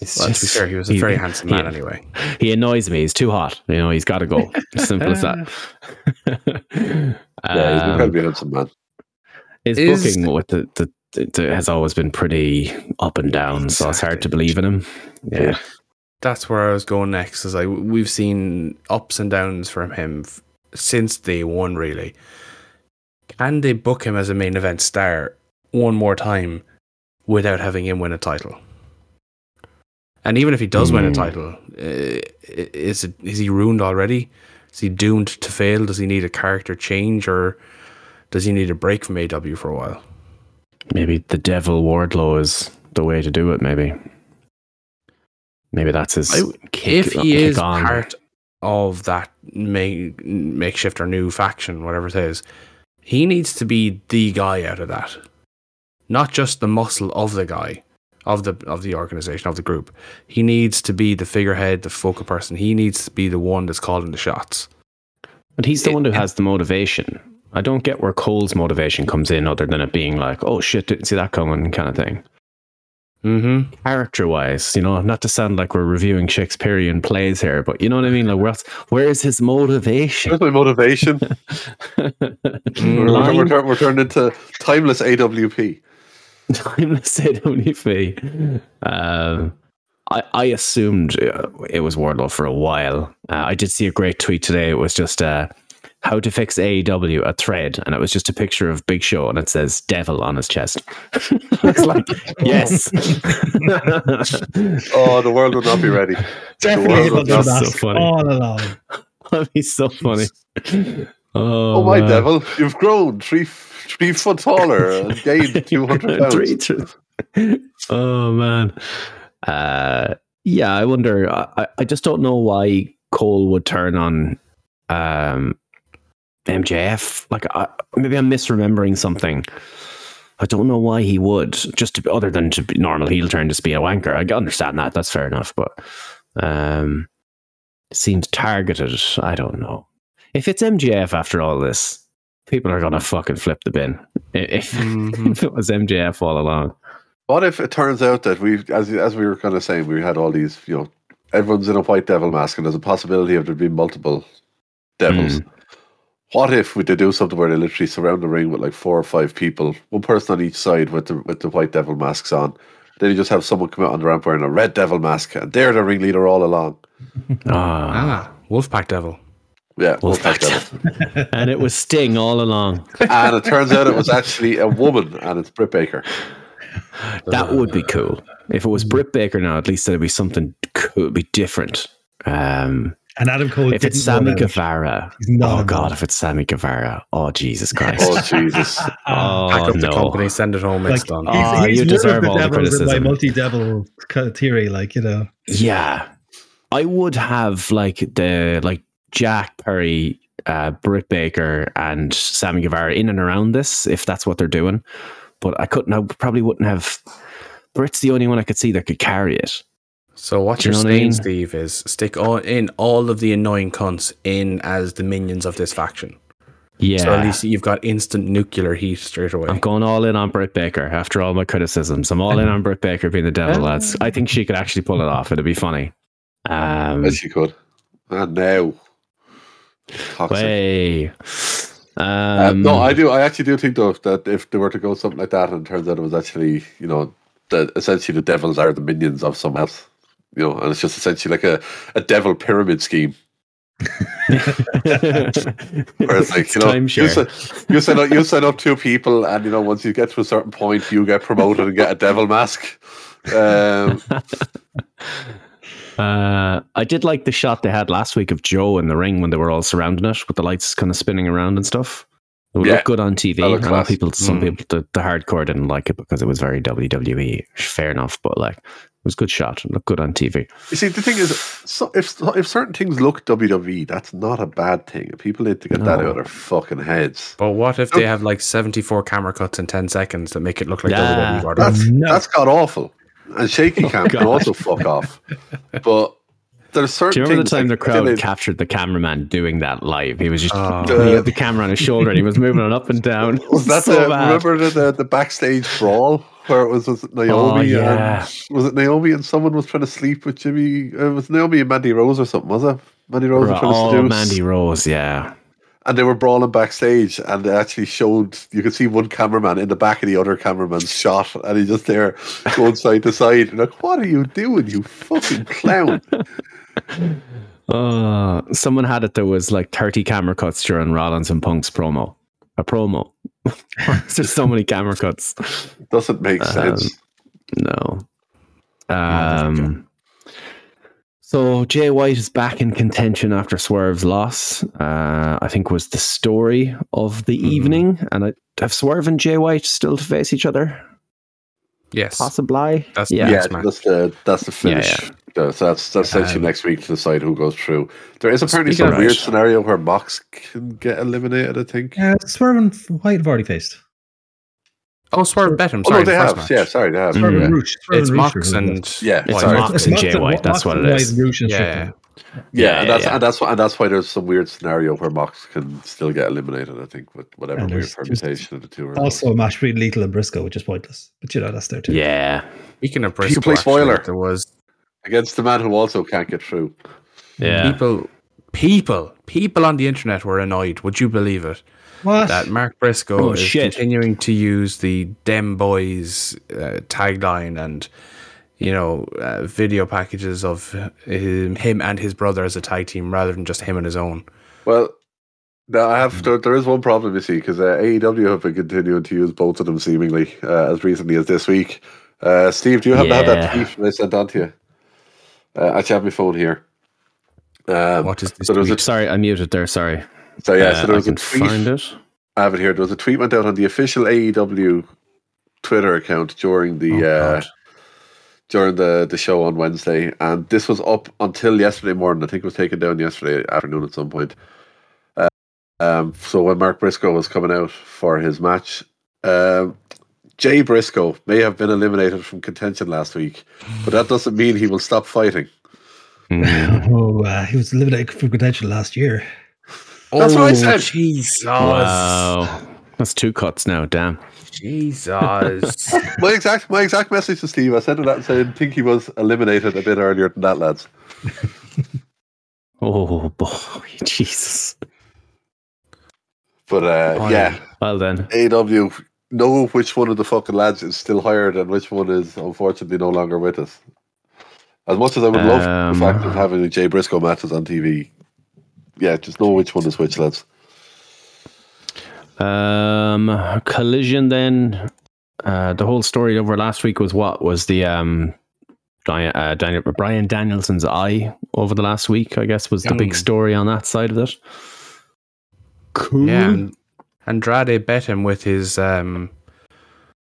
It's
Well, to be
just-
fair, he was a
he-
very handsome man
he-
anyway.
He annoys me. He's too hot. You know, he's got to go. Simple as that.
yeah, he's
Um,
incredibly handsome man.
his
Is-
booking with the, the, the- the- has always been pretty up and down, so it's hard to believe in him. Yeah.
Yeah.
That's where I was going next. Is like we've seen ups and downs from him f- since day one, really. Can they book him as a main event star one more time without having him win a title? And even if he does win a
Hmm.
title, uh, is it, is he ruined already? Is he doomed to fail? Does he need a character change, or does he need a break from AW for a while?
Maybe the devil Wardlow is the way to do it. Maybe. Maybe that's his.
I-
kick,
if he
kick
is
on.
part of that make, makeshift or new faction, whatever it is, he needs to be the guy out of that, not just the muscle of the guy of the of the organization of the group. He needs to be the figurehead, the focal person. He needs to be the one that's calling the shots.
But he's the
It-
one who
it-
has the motivation. I don't get where Cole's motivation comes in, other than it being like, "Oh shit, didn't see that coming," kind of thing.
Mm-hmm.
Character wise, you know, not to sound like we're reviewing Shakespearean plays here, but you know what I mean. Like, where's where is his motivation?
Here's my motivation. We're, we're, we're,
Line?
turn- we're turned into timeless AWP.
Timeless AWP. Um, I, I assumed uh, it was Wardlow for a while. Uh, I did see a great tweet today. It was just uh, how to fix AEW, a thread, and it was just a picture of Big Show and it says devil on his chest. it's like, yes.
Oh, the world would not be ready.
Definitely
world
was
that's
that
so funny.
all along.
That'd be so funny. Oh,
Oh, my
man.
devil, you've grown three three foot taller and gained two hundred pounds.
Three, three. Oh man. Uh, yeah, I wonder. I, I just don't know why Cole would turn on um, MJF. Like, I, maybe I'm misremembering something. I don't know why he would, just to be, other than to be normal heel turn, just be a wanker. I understand that. That's fair enough. But um, it seems targeted. I don't know. If it's MJF after all this, people are going to fucking flip the bin. If,
Mhm.
if it was MJF all along.
What if it turns out that we, as as we were kind of saying, we had all these, you know, everyone's in a white devil mask, and there's a possibility of there being multiple devils. What if we they do something where they literally surround the ring with like four or five people, one person on each side with the with the white devil masks on? Then you just have someone come out on the ramp wearing a red devil mask, and they're the ringleader all along.
Ah.
Ah, Wolfpack Devil.
Yeah,
Wolfpack and it was Sting all along.
and it turns out it was actually a woman, and it's Britt Baker.
That would be cool. If it was Britt Baker now, at least it'd be something cool, it'd be different. Um,
And Adam Cole.
if it's
didn't know
Sammy
about it.
Guevara,
He's not
oh
involved.
god, if it's Sammy Guevara, oh Jesus Christ,
Oh Jesus!
Pack
oh
up the
no,
company, send it home. It's
Like,
done.
he's- Ah, you
one of
deserve all the
devils in My
criticism.
multi-devil co- theory, like you know,
yeah, I would have like the like Jack Perry, uh, Britt Baker, and Sammy Guevara in and around this if that's what they're doing, but I couldn't, I probably wouldn't have. Britt's the only one I could see that could carry it.
So what
Do you
you're
know what I
saying,
mean?
Steve, is stick all in all of the annoying cunts in as the minions of this faction.
Yeah,
So at least you've got instant nuclear heat straight away.
I'm going all in on Britt Baker after all my criticisms. I'm all in on Britt Baker being the devil, lads. I think she could actually pull it off. It'd be funny. Um,
Yes, you could. And now, Toxic.
way.
Uh,
Um,
no, I do. I actually do think though that if they were to go something like that, and it turns out it was actually, you know, that essentially the devils are the minions of someone else, you know, and it's just essentially like a, a devil pyramid scheme. Where it's like, you know, you
Um, timeshare.
sign, you sign up, you sign up two people, and you know, once you get to a certain point, you get promoted and get a devil mask. Um,
Uh, I did like the shot they had last week of Joe in the ring when they were all surrounding it with the lights kind of spinning around and stuff. It would
Yeah.
look good on TV.
That looked
I know
class.
people, some
Mm.
people, the, the hardcore didn't like it because it was very WWE. Fair enough, but like it was a good shot. It looked good on TV.
you see, the thing is, so if if certain things look WWE, that's not a bad thing. People need to get that
No.
out of their fucking heads.
but what if
Oh.
they have like 74 camera cuts in 10 seconds that make it look like E
Yeah. Oh,
WWE order?
That's
No.
that's got awful. And shaky cam
God.
can also fuck off. But there's certain.
Do you remember the
things
time the
like-
crowd
Billy-
captured the cameraman doing that live? He was just
Oh.
he had the camera on his shoulder and he was moving it up and down.
was that
so
the,
bad. Oh,
remember the, the, the backstage brawl where it was, was it Naomi
yeah.
and was it Naomi and someone was trying to sleep with Jimmy? It was Naomi and Mandy Rose or something, was it? Mandy Rose was trying to
Oh,
seduce,
Mandy Rose, yeah.
and they were brawling backstage, and they actually showed you could see one cameraman in the back of the other cameraman's shot, and he's just there going side to side, and like, what are you doing, you fucking clown?
Uh, someone had it. There was like thirty camera cuts during Rollins and Punk's promo. A promo. There's so many camera cuts.
Doesn't make
Um,
sense.
No. Um, so Jay White is back in contention after Swerve's loss. Uh, I think was the story of the evening, and I have Swerve and Jay White still to face each other,
Yes.
possibly.
That's
Yeah.
yeah.
yeah,
That's my-
that's the that's the
Yeah,
finish. Uh, so that's that's essentially
Um,
next week to decide who goes through. There is apparently
Speaking
some
of-
weird scenario where Mox can get eliminated. I think.
yeah, Swerve and White have already faced.
oh, Swerve Betham.
oh
Sorry,
no, they
the first
have.
match.
Yeah, sorry, they have.
Swerve
Mm.
and Roosh. Swerve
It's
and Roosh are
Mox
who
and
faced.
Yeah,
It's
sorry.
Mox and Jay
Mox
White, that's what it
Mox
is.
and Roosh and
Yeah,
Swerve.
yeah.
yeah,
yeah,
and that's
yeah.
and that's why and that's why there's some weird scenario where Mox can still get eliminated. I think with whatever
And
weird
there's just-
permutation of the two. Are
Also, a match between Lethal and Briscoe, which is pointless, but you know that's there too.
Yeah,
Speaking of
People
Briscoe,
play
actually,
spoiler.
there was
against the man who also can't get through.
yeah.
people, people, people on the internet were annoyed. Would you believe it?
What?
that Mark Briscoe
Oh,
is
shit.
continuing to use the Dem Boys uh, tagline and you know uh, video packages of him, him and his brother as a tag team rather than just him and his own.
Well, now I
Mm.
have there, there is one problem you see because uh, AEW have been continuing to use both of them seemingly uh, as recently as this week. Uh, Steve, do you happen to have
Yeah.
that tweet that I sent on to you? Uh, actually, I have my phone here. Um,
What is this?
so there was a,
tweet?
Sorry, I muted there. Sorry.
so yeah,
Uh,
so there was
I
a
can find
tweet.
it.
I have it here. There was a tweet went out on the official AEW Twitter account during the
Oh,
uh,
God.
during the, the show on Wednesday, and this was up until yesterday morning. I think it was taken down yesterday afternoon at some point. Uh, um, so when Mark Briscoe was coming out for his match, um, Jay Briscoe may have been eliminated from contention last week, but that doesn't mean he will stop fighting.
Mm-hmm.
Oh, uh, he was eliminated from contention last year.
That's what I said.
Oh, Jesus.
Wow. That's two cuts now, damn.
Jesus.
My exact my exact message to Steve, I sent it out and said I think he was eliminated a bit earlier than that, lads.
Oh boy, Jesus.
But uh,
Boy.
yeah,
Well then.
AW know which one of the fucking lads is still hired and which one is unfortunately no longer with us. As much as I would love
Um,
the fact of having the Jay Briscoe matches on TV, yeah, just know which one is which, lads.
Um collision then. Uh the whole story over last week was what? Was the um Di- uh, Daniel, Brian Danielson's eye over the last week, I guess, was the big
Mm.
story on that side of it. Cool.
yeah. and Andrade bet him with his um,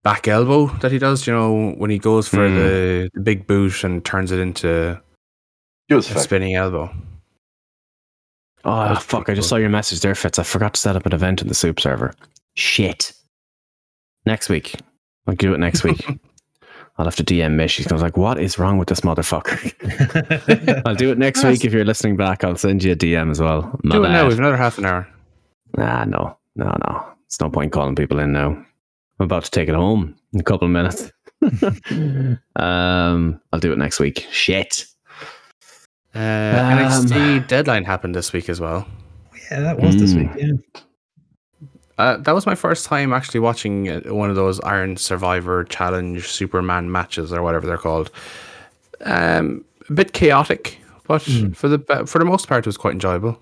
back elbow that he does, you know, when he goes for
Hmm.
the, the big boot and turns it into
He was
a
fact.
spinning elbow.
Oh
That's
fuck! I
pretty
just
cool.
saw your message there, Fitz. I forgot to set up an event in the soup server. Shit. Next week, I'll do it next week. I'll have to DM Mish. He's gonna be like, "What is wrong with this motherfucker?" I'll do it next week. If you're listening back, I'll send you a DM as well. My
Do it now.
bad.
We've another half an hour.
Nah, no, no, no. It's no point calling people in now. I'm about to take it home in a couple of minutes. um, I'll do it next week. Shit.
Uh, NXT deadline happened this week as well.
yeah, that was this week.
Mm.
Yeah.
Uh, that was my first time actually watching uh, one of those Iron Survivor Challenge Superman matches or whatever they're called. Um, a bit chaotic, but
Mm.
for the be- for the most part, it was quite enjoyable.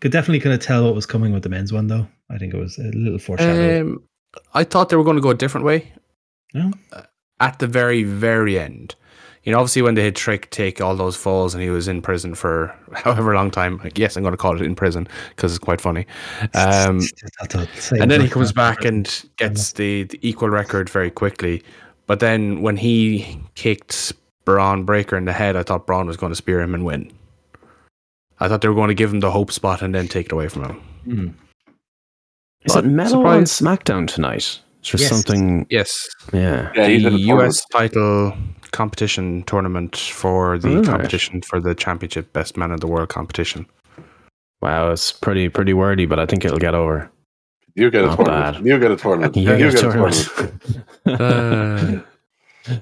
Could definitely kind of tell what was coming with the men's one, though. I think it was a little foreshadowing.
Um, I thought they were going to go a different way
no?
at the very very end. You know, obviously when they had Trick take all those falls and he was in prison for however long time. Like, yes, I'm going to call it in prison because it's quite funny. Um,
I thought- say
and then he
that.
comes back and gets the, the equal record very quickly. But then when he kicked Braun Breaker in the head, I thought Braun was going to spear him and win. I thought they were going to give him the hope spot and then take it away from him.
Mm.
Is
But
it Mello on
surprise-
SmackDown tonight? Is there
Yes.
something?
Yes,
Yeah.
Yeah, he's in
the
the
US
US.
title competition tournament for the
Alright.
competition for the championship best man in the world competition.
Wow, it's pretty pretty wordy, but I think it'll get over.
You get a
Not
tournament.
bad.
You get a tournament. You get a tournament.
Uh,
Uh,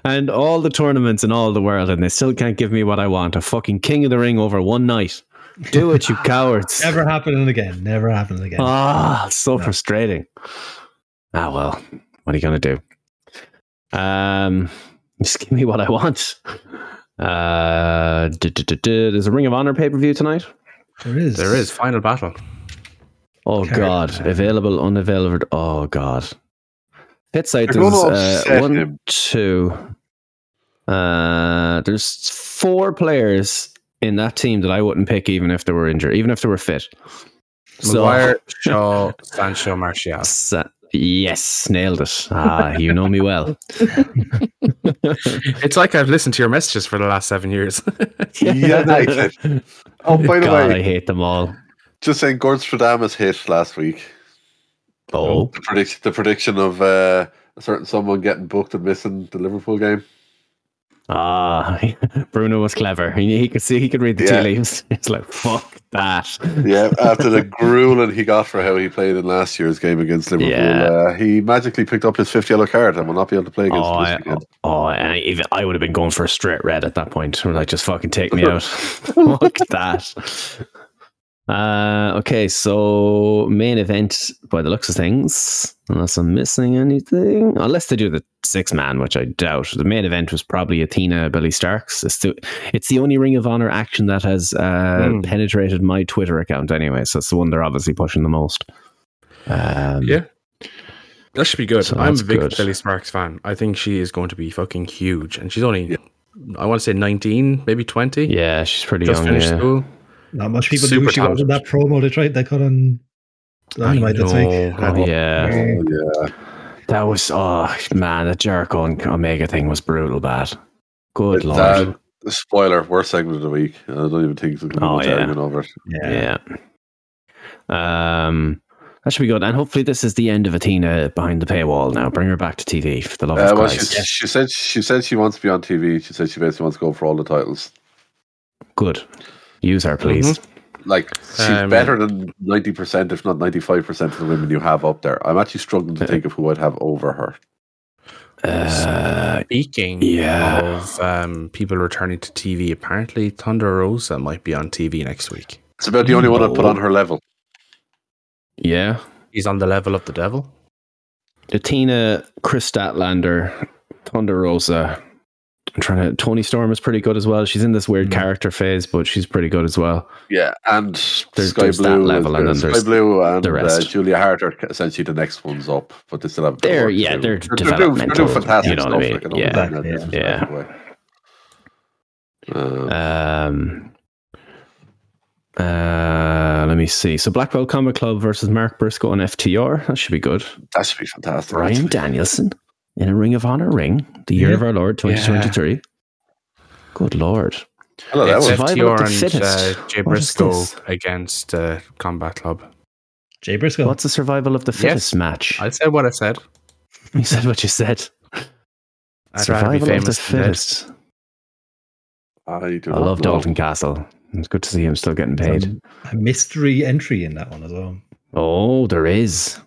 and all the tournaments in all the world, and they still can't give me what I want. A fucking King of the Ring over one night. Do it, you cowards.
Never happening again. Never happening again.
Uh,
Ah, it's so frustrating. Ah well, what are you gonna do? Um, just give me what I want. Uh, duh, duh, duh, duh. there's a Ring of Honor pay per view tonight.
there is.
there is final battle.
Oh
Car-
God! Available, unavailable. Oh God! Pit site
They're
there's
gonna
uh,
upset
one,
him.
two. Uh, there's four players in that team that I wouldn't pick, even if they were injured, even if they were fit. So-
Maguire, Shaw, Sancho, Martial.
Sa- yes, nailed it. Ah, you know me well.
It's like I've listened to your messages for the last seven years.
United. Oh, by the
God, I
way,
hate them all.
just saying, Gord Stradamus hit last week.
Oh,
The prediction, the prediction of uh, a certain someone getting booked and missing the Liverpool game.
ah, Bruno was clever. He, he could see, he could read the
Yeah.
tea leaves. It's like fuck that.
Yeah, after the grueling he got for how he played in last year's game against Liverpool,
Yeah.
uh, he magically picked up his fifth yellow card and will not be able to play against
Oh,
us
I,
this weekend.
oh, and I, even, I would have been going for a straight red at that point. Like, just fucking take me out. Fuck that. Uh, okay, so main event by the looks of things, unless I'm missing anything, unless they do the six man, which I doubt. The main event was probably Athena Billy Starks. It's the, it's the only Ring of Honor action that has uh,
Hmm.
penetrated my Twitter account anyway, so it's the one they're obviously pushing the most. Um,
Yeah. That should be good.
So
I'm
that's
a big
good.
Billy Sparks fan. I think she is going to be fucking huge, and she's only,
Yeah.
I want to say 19, maybe 20.
yeah, she's pretty
just
young.
finished
yeah.
school.
Not much people
Super
knew she was in that
talented.
promo they tried. They cut on Dynamite this week.
know.
Oh, yeah.
Yeah.
That was oh man, that Jericho and Omega thing was brutal bad. Good
It's,
lord.
uh, spoiler, worst segment of the week. I don't even think there's going to be
Oh,
much
yeah.
argument over it.
Yeah.
yeah. Um That should be good. And hopefully, this is the end of Athena behind the paywall now. Bring her back to TV for the love
Uh,
of
well, she,
Christ.
she said she said she wants to be on TV. She said she basically wants to go for all the titles.
Good. Use her, please.
Like she's
Um,
better than ninety percent, if not ninety five percent of the women you have up there. I'm actually struggling to think of who I'd have over her. Mm-hmm.
Uh,
Speaking
Yeah.
of um, people returning to TV, apparently Thunder Rosa might be on TV next week.
It's about the only one I put
No.
on her level.
yeah.
He's on the level of the devil.
Athena, Chris Statlander, Thunder Rosa. I'm trying to. Tony Storm is pretty good as well. She's in this
Mm.
weird character phase, but she's pretty good as well.
Yeah, and
There's-
Sky
there's that
Blue,
level, and then
Sky
there's
Blue, and
the
uh,
rest.
Julia Hart are essentially the next ones up, but they still have. a bit of
They're
work to
yeah,
do.
they're,
they're doing, they're
developmental.
doing fantastic
you know
stuff.
what I mean?
like, I don't
Yeah.
think that
Yeah.
is a
Yeah.
bad way. Um,
Um, uh, let me see. So Black Belt Combat Club versus Mark Briscoe on FTR. That should be good.
that should be fantastic.
Brian
actually.
Danielson in a Ring of Honor ring, the year
Yeah.
of our Lord 2023. Good Lord.
Hello, that
it's
one.
Survival of the
FTR and
fittest.
uh, Jay
What is
Briscoe
this?
against uh, Combat Club.
Jay Briscoe.
What's the survival of the fittest
Yes.
match?
I said what I said.
you said what you said.
I'd
survival
rather be
of the
famous than dead.
fittest.
I, do
I
not
love
know.
Dalton Castle. It's good to see him still getting
There's
paid.
A mystery entry in that one as well.
Oh, there is.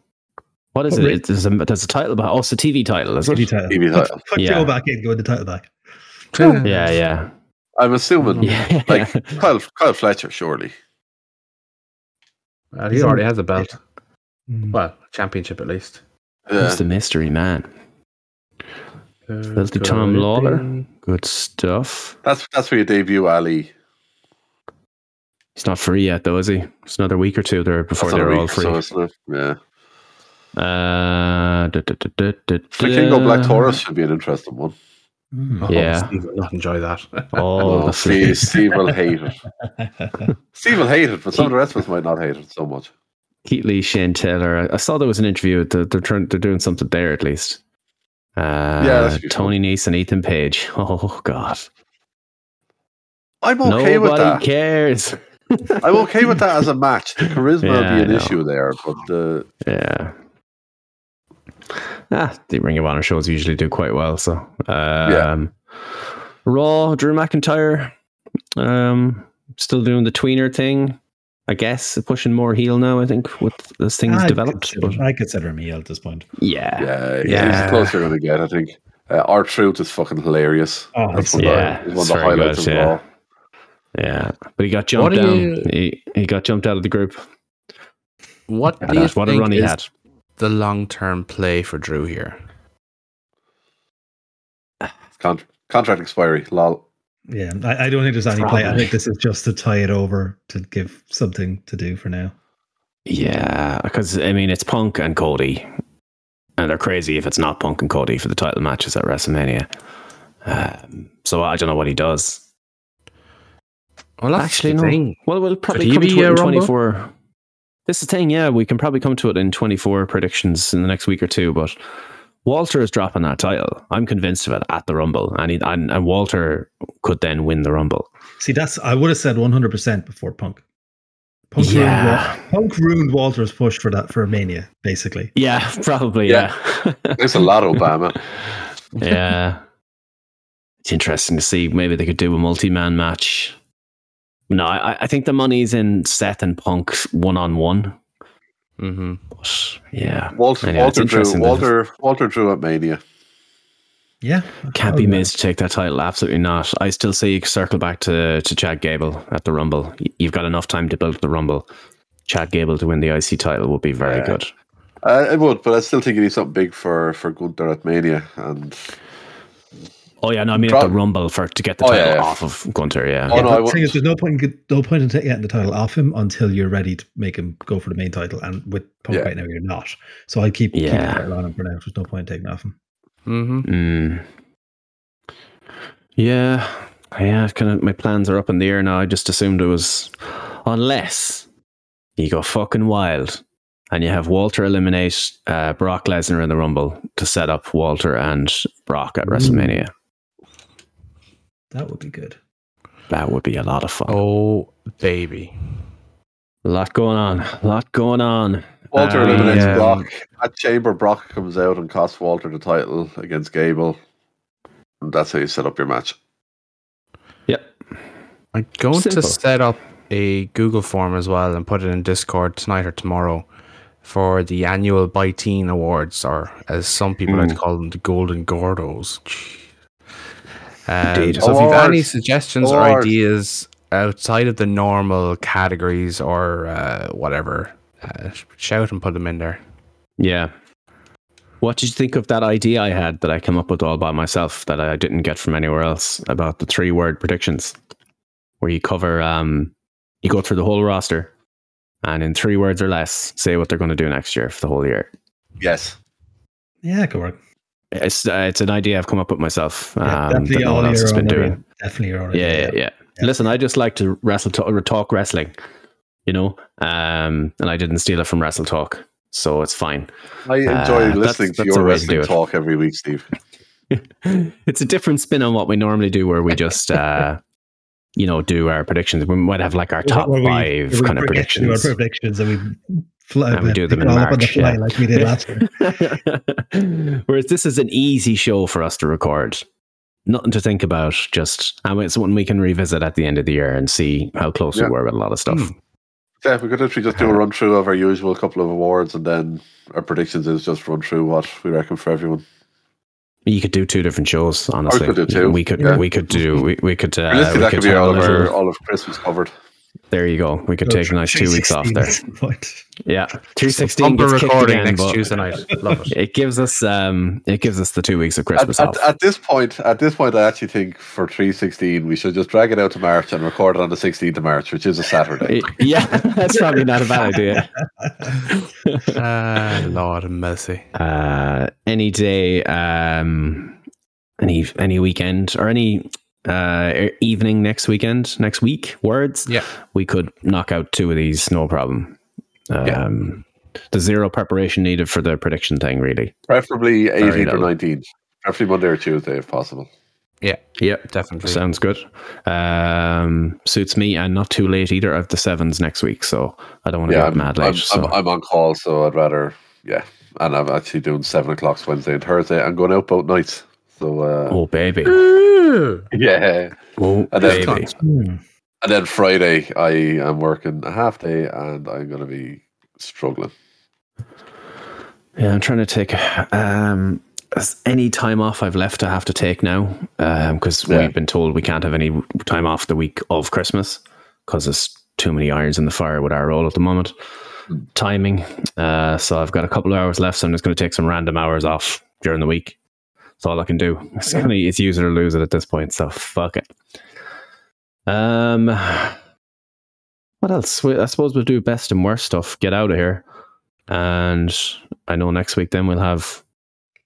What is
Oh,
What ring?
it? There's a, there's a title about. Oh, it's a TV title, is it?
TV title.
TV title.
Put, put
Yeah.
Joe back in. Go with the title back.
Yeah, yeah,
I'm assuming
yeah.
like Kyle, Kyle Fletcher, surely.
Well, he already has a belt.
Mm.
Well, championship at least.
Yeah.
Who's the mystery man? Filthy Tom Lawler. Good stuff.
That's that's where you debut Ali.
He's not free yet, though, is he? It's another week or two there before
That's not a
they're all
week or
free.
so, isn't it? Yeah.
Uh, da, da, da, da, da,
Flamingo Black
da.
Taurus should be an interesting one.
Mm.
Oh,
Yeah.
Steve would not enjoy that.
Oh, the
Steve,
fleas.
Steve will hate it. Steve will hate it, but some of the rest of us might not hate it so much.
Keatley, Shane Taylor. I- I saw there was an interview. They're, they're, trying, they're doing something there at least. Uh,
Yeah, that should be
Tony Nese and Ethan Page. Oh, God.
I'm okay
Nobody
with that.
cares.
I'm okay with that as a match. The charisma
Yeah,
will
I
be an
know.
issue there, but uh, the
Yeah. Ah, the Ring of Honor shows usually do quite well. So, um, Raw, Drew McIntyre, um, still doing the tweener thing, I guess, pushing more heel now. I think with as things
I'd
developed.
Consider,
but-
I consider him heel at this point.
yeah,
yeah, yeah.
Yeah.
he's closer going to get. I think. Uh, Our truth is fucking hilarious.
Oh, it's-
That's one,
Yeah,
of, the, one
it's
of the
very
highlights
good,
of
yeah.
all.
yeah. But he got jumped
What do
down.
you-
He he got jumped out of the group.
What do you
That's what a
think
run he
is
had.
the long-term play for Drew here?
Con- contract expiry. Lol.
yeah. I, I don't think there's any play. I
Probably.
think this is just to tie it over to give something to do for now.
Yeah, because I mean it's Punk and Cody, and they're crazy if it's not Punk and Cody for the title matches at WrestleMania. Um, so I don't know what he does.
Well, that's
Actually,
the
no.
thing.
Well, we'll probably
he
come
be
to it
a
in
Rumble?
24. This is the thing, yeah, we can probably come to it in 24 predictions in the next week or two, but Walter is dropping that title. I'm convinced of it at the Rumble, and, he, and, and Walter could then win the Rumble.
See, that's I would have said 100 percent before Punk. Punk,
Yeah.
ruined, Wa- Punk ruined Walter's push for that for Mania, basically.
Yeah, probably,
Yeah.
yeah.
There's a lot, Obama.
yeah. It's interesting to see. Maybe they could do a multi man match. No, I, I think the money's in Seth and Punk one on one.
Mm-hmm.
But yeah,
Walter,
Anyway, it's
Walter drew.
interesting that-
Walter, Walter drew at Mania.
Yeah,
can't
Oh,
be
yeah.
missed to take that title. Absolutely not. I still say you could circle back to, to Chad Gable at the Rumble. Y- You've got enough time to build the Rumble. Chad Gable to win the IC title would be very
Yeah.
good.
Uh, it would, but I still think he needs something big for for Gunther at Mania. And
Oh yeah, no, I mean at
Drop-
the Rumble for to get the
Oh,
title
yeah, yeah.
off of Gunter. Yeah,
Oh,
Yeah,
no,
but
I
the
won't.
thing is, there's no point in get- no point in ta- getting the title off him until you're ready to make him go for the main title. And with Punk
Yeah.
right now, you're not. So I keep keep
Yeah.
the title on him for now. There's no point in taking it off him.
Mm-hmm.
Mm. Yeah, yeah. Kind of, my plans are up in the air now. I just assumed it was, unless you go fucking wild and you have Walter eliminate uh, Brock Lesnar in the Rumble to set up Walter and Brock at WrestleMania.
That would be good.
That would be a lot of fun.
Oh, baby.
A lot going on. A lot going on.
Walter
Uh,
eliminates
yeah.
Brock. At Chamber, Brock comes out and costs Walter the title against Gable. And that's how you set up your match.
Yep.
I'm going
Simple.
to set up a Google form as well and put it in Discord tonight or tomorrow for the annual By Teen Awards, or as some people
Hmm.
like to call them, the Golden Gordos. Um, so if you've any
Awards.
suggestions or
Awards.
ideas outside of the normal categories or uh, whatever, uh, sh- shout and put them in there.
Yeah. What did you think of that idea I had that I came up with all by myself that I didn't get from anywhere else about the three word predictions? Where you cover um you go through the whole roster and in three words or less say what they're going to do next year for the whole year.
Yes.
Yeah, it could work.
It's uh, it's an idea I've come up with myself um,
Yeah,
that no one
all
else
your
has been
own
doing.
idea. Definitely your own.
yeah,
idea,
yeah, yeah. Listen, I just like to wrestle talk, talk wrestling, you know, um, and I didn't steal it from Wrestle Talk, so it's fine.
I enjoy
Uh, that's-
listening to
that's a way
your
to do
wrestling
it.
talk every week, Steve.
it's a different spin on what we normally do, where we just, uh, you know, do our predictions. We might have like our top
Where we- where
five
we
kind of
predict- do our
predictions.
predictions and we, fly,
And we do them
pick
in
it all up on the
March,
fly
yeah.
like we did last year.
Whereas this is an easy show for us to record. Nothing to think about, just, and it's one we can revisit at the end of the year and see how close
Yeah.
we were with a lot of stuff.
Hmm.
Yeah, we could literally just do
Uh-huh.
a run through of our usual couple of awards and then our predictions is just run through what we reckon for everyone.
You could do two different shows, honestly.
could do two,
We could,
yeah.
we could do, we, we could. Uh,
Realistically,
we
that could be
have a
all of,
little-
our, all of Christmas covered.
There you go. We could
Oh,
take a nice two weeks off there.
316 point.
Yeah, three sixteen
Bumper
gets kicked
recording
again,
next
but
Tuesday night. Love it.
It gives us, um, it gives us the two weeks of Christmas
At, at,
off.
at this point, at this point, I actually think for 316, we should just drag it out to March and record it on the 16th of March, which is a Saturday.
It- yeah, that's probably not a bad idea.
Ah, Lord of mercy.
Uh, any day, um, any any weekend or any uh e- evening next weekend, next week. Words.
Yeah.
we could knock out two of these, no problem.
Yeah.
Um, There's zero preparation needed for the prediction thing, really.
Preferably 18th or
little.
19th. Preferably Monday or Tuesday, if possible.
Yeah,
Yep.
definitely.
Sounds good. Um, suits me, and not too late either. I have the sevens next week, so I don't want to
Yeah,
get
I'm,
mad late.
I'm,
so.
I'm, I'm on call, so I'd rather, yeah. And I'm actually doing 7 o'clock Wednesday and Thursday. I'm going out both nights. So, uh,
oh baby,
yeah.
oh
And then-
baby,
Hmm.
And then Friday, I am working a half day and I'm going to be struggling.
yeah. I'm trying to take um, as- any time off I've left. I have to take now because
Yeah.
we've been told we can't have any time off the week of Christmas because there's too many irons in the fire with our role at the moment. Timing. Uh, so I've got a couple of hours left, so I'm just going to take some random hours off during the week. That's all I can do. It's gonna it's use it or lose it at this point. So fuck it. Um, what else? We, I suppose we'll do best and worst stuff. Get out of here. And I know next week then we'll have.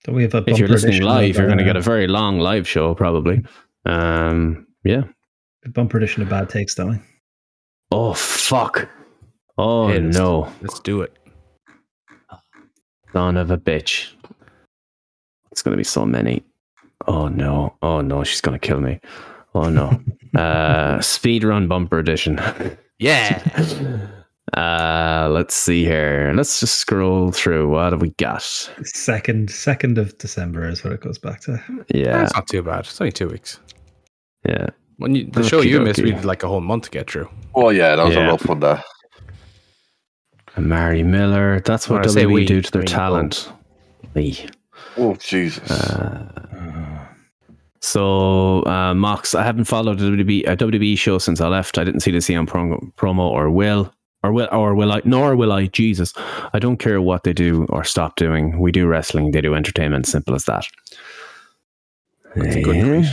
Don't we have a
If you're
bumper
listening
edition
live,
of
you're going to
our,
get a
uh,
very long live show probably. Um, yeah.
uh, bumper edition of bad takes, don't we?
Oh fuck. Oh
Hey, let's-
no,
Let's do it.
son of a bitch. It's going to be so many. Oh no. Oh no, she's going to kill me. Oh no. uh, speed run bumper edition.
Yeah.
Uh, let's see here. Let's just scroll through. What have we got?
Second, second of December is what it goes back to.
Yeah,
That's not too bad. It's only two weeks.
yeah.
When you, the show you missed,
Okey-dokey.
we had like a whole month to get through.
Oh, yeah, that was
Yeah.
a rough one there.
And Mary Miller. That's what
When I say
WWE
we,
do to their
I mean,
talent. We.
Oh, Jesus.
Uh,
Oh.
So, uh, Mox, I haven't followed a WWE, a WWE show since I left. I didn't see the CM prom- promo or will. Or will, or will I? Nor will I. Jesus, I don't care what they do or stop doing. We do wrestling. They do entertainment. Simple as that.
That's a good
Yeah.
tweet.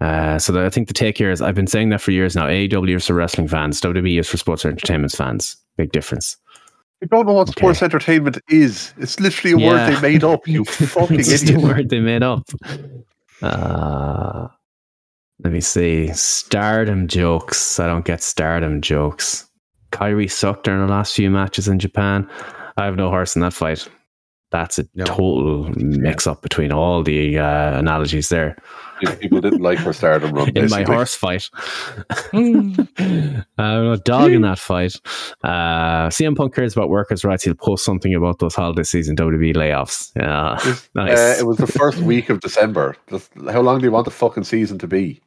Uh, so that I think the take here is I've been saying that for years now. AEW is for wrestling fans. WWE is for sports and entertainment fans. Big difference.
You don't know what
Okay.
sports entertainment is. It's literally a
Yeah.
word they made up, you fucking
it's just a
idiot.
word they made up. Uh, let me see. Stardom jokes. I don't get stardom jokes. Kyrie sucked during the last few matches in Japan. I have no horse in that fight. That's a
No.
total mix up between all the uh, analogies there.
if people didn't like her stardom run.
in my
basically. Hmm.
horse fight. I'm a dog in that fight. Uh, CM Punk cares about workers' rights. He'll post something about those holiday season WWE layoffs. Yeah, nice.
Uh, it was the first week of December. That's- How long do you want the fucking season to be?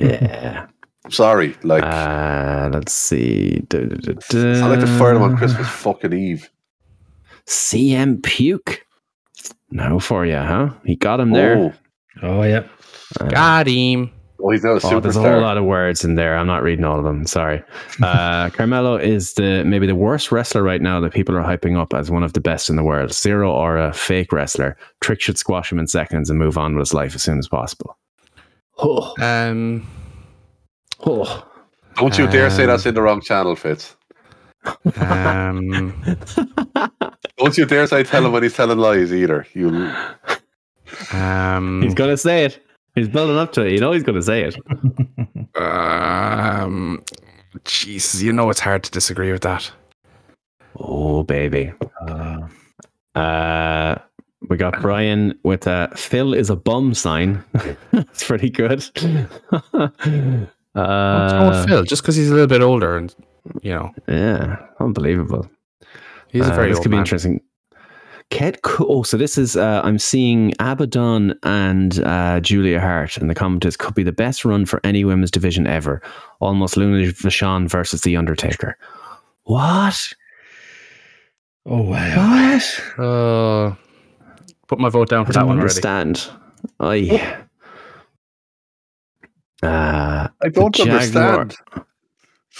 yeah.
I'm sorry, like
Uh, let's see. Du- du- du- du-
I like to fire them
Uh,
on Christmas fucking Eve.
CM Puke. No for you, huh? He got him there.
Oh,
Oh yeah,
Got him.
oh, he's now a
Oh, there's a whole
superstar.
lot of words in there. I'm not reading all of them. Sorry. Uh, Carmelo is the maybe the worst wrestler right now that people are hyping up as one of the best in the world. Zero aura, fake wrestler. Trick should squash him in seconds and move on with his life as soon as possible. Oh,
Um,
oh.
Don't you dare say
Um,
that's in the wrong channel, Fitz.
um,
Don't you dare say tell him when he's telling lies either. You
um,
He's gonna say it. He's building up to it. You know he's gonna say it.
um, Jesus, you know it's hard to disagree with that.
Oh baby.
uh,
Uh, we got Brian with uh, Phil is a bum sign. That's pretty good.
What's
uh,
wrong with Phil? Just because he's a little bit older, and you know
Yeah, unbelievable.
he's a
Uh,
very
this
old
could be
man.
interesting. Ket Co- oh, so this is uh, I'm seeing Abaddon and uh, Julia Hart, and the comment is could be the best run for any women's division ever. Almost Luna Vachon versus the Undertaker. What?
oh wow.
What?
Uh, put my vote down
I
for that
don't
one already.
understand. I. Uh,
I don't
Jaguar.
understand.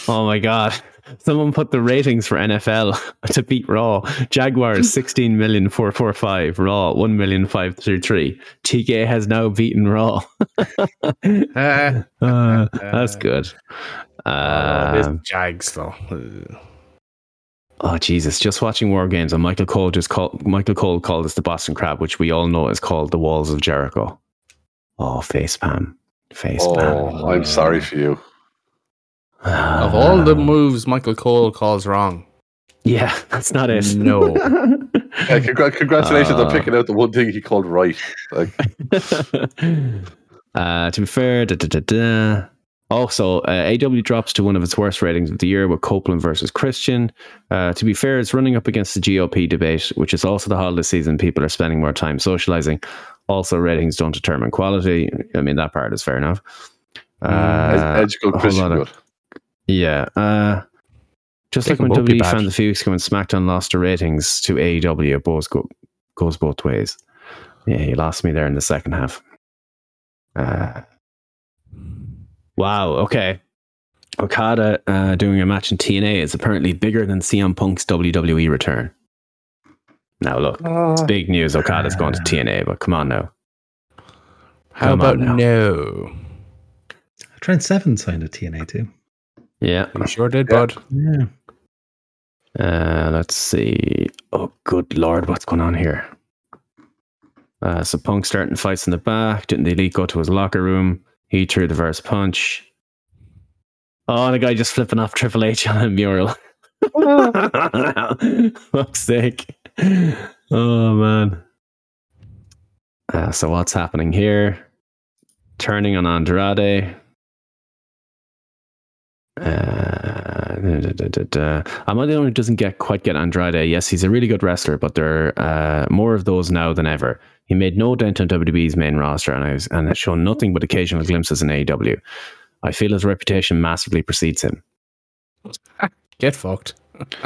oh my god. Someone put the ratings for NFL to beat Raw. Jaguars 16 million 445, Raw 1 million 533. TK has now beaten Raw.
Uh,
Uh, that's good.
oh, it's
Um,
Jags though. Uh,
oh Jesus! Just watching War Games, and Michael Cole just called Michael Cole called us the Boston Crab, which we all know is called the Walls of Jericho. Oh, face palm, face palm.
Oh, I'm sorry for you.
Of all the
Um,
moves Michael Cole calls wrong,
Yeah, that's not it.
No.
Yeah, congr- congratulations
Uh,
on picking out the one thing he called right. Like,
uh, to be fair, da, da, da, da. also uh, AW drops to one of its worst ratings of the year with Copeland versus Christian. Uh, to be fair, it's running up against the GOP debate, which is also the holiday season. People are spending more time socializing. Also, ratings don't determine quality. I mean, that part is fair enough.
Mm, Ed-
Uh, a
Edgical
whole
Christian
lot of-
good.
yeah. Uh, just
They
like
can
when
both be
WWE
bad.
found the few weeks ago when SmackDown lost the ratings to AEW, it both go, goes both ways. Yeah, you lost me there in the second half. Uh, wow. Okay. Okada uh, doing a match in TNA is apparently bigger than CM Punk's WWE return. Now, look, it's
Oh.
big news. Okada's going to TNA, but come on now.
how
Come on
about
now.
no?
Trent Seven signed a TNA too.
Yeah.
You sure did,
Yeah.
bud.
Yeah,
Uh, let's see. Oh, good lord, what's going on here? Uh, so Punk starting fights in the back. Didn't the elite go to his locker room? He threw the verse punch. Oh, and the guy just flipping off Triple H on a mural. Fuck's sake. Oh, man. Uh, so what's happening here? Turning on Andrade. Uh, da, da, da, da, da. I'm not the one who doesn't get quite get Andrade. Yes, he's a really good wrestler, but there are uh, more of those now than ever. He made no dent on WWE's main roster and, I was, and has shown nothing but occasional glimpses in AEW. I feel his reputation massively precedes him.
Get fucked.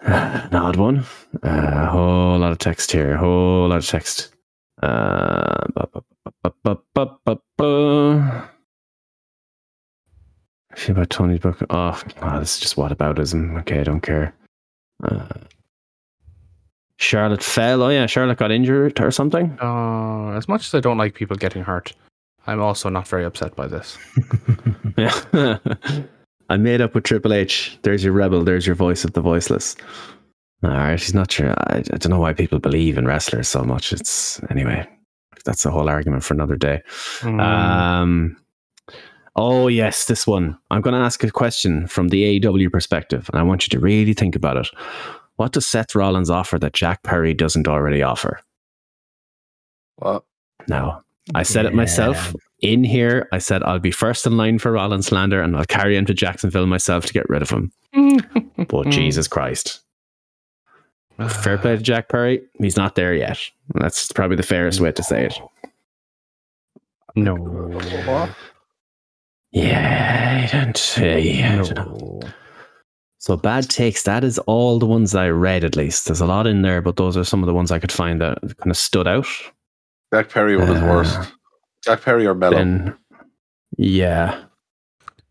An odd one. A whole lot of text here. Whole lot of text. Uh, bu- bu- bu- bu- bu- bu- bu- bu. I feel about Tony's book. Oh, wow, this is just whataboutism. Okay, I don't care. Uh, Charlotte fell. Oh yeah, Charlotte got injured or something.
Uh, as much as I don't like people getting hurt, I'm also not very upset by this.
Yeah. I made up with Triple H. There's your rebel. There's your voice of the voiceless. All right, he's not sure. I, I don't know why people believe in wrestlers so much. It's anyway. That's a whole argument for another day. Um, oh yes, this one. I'm going to ask a question from the AEW perspective, and I want you to really think about it. What does Seth Rollins offer that Jack Perry doesn't already offer?
Well,
No, I said it myself in here. I said I'll be first in line for Rollins slander and I'll carry him to Jacksonville myself to get rid of him. but Jesus Christ.
Uh,
Fair play to Jack Perry. He's not there yet. That's probably the fairest way to say it.
No.
Yeah, I don't, yeah, I don't know.
No.
So bad takes. That is all the ones I read. At least there's a lot in there, but those are some of the ones I could find that kind of stood out.
Jack Perry one is
Uh,
worst. Jack Perry or Mello.
Then, yeah,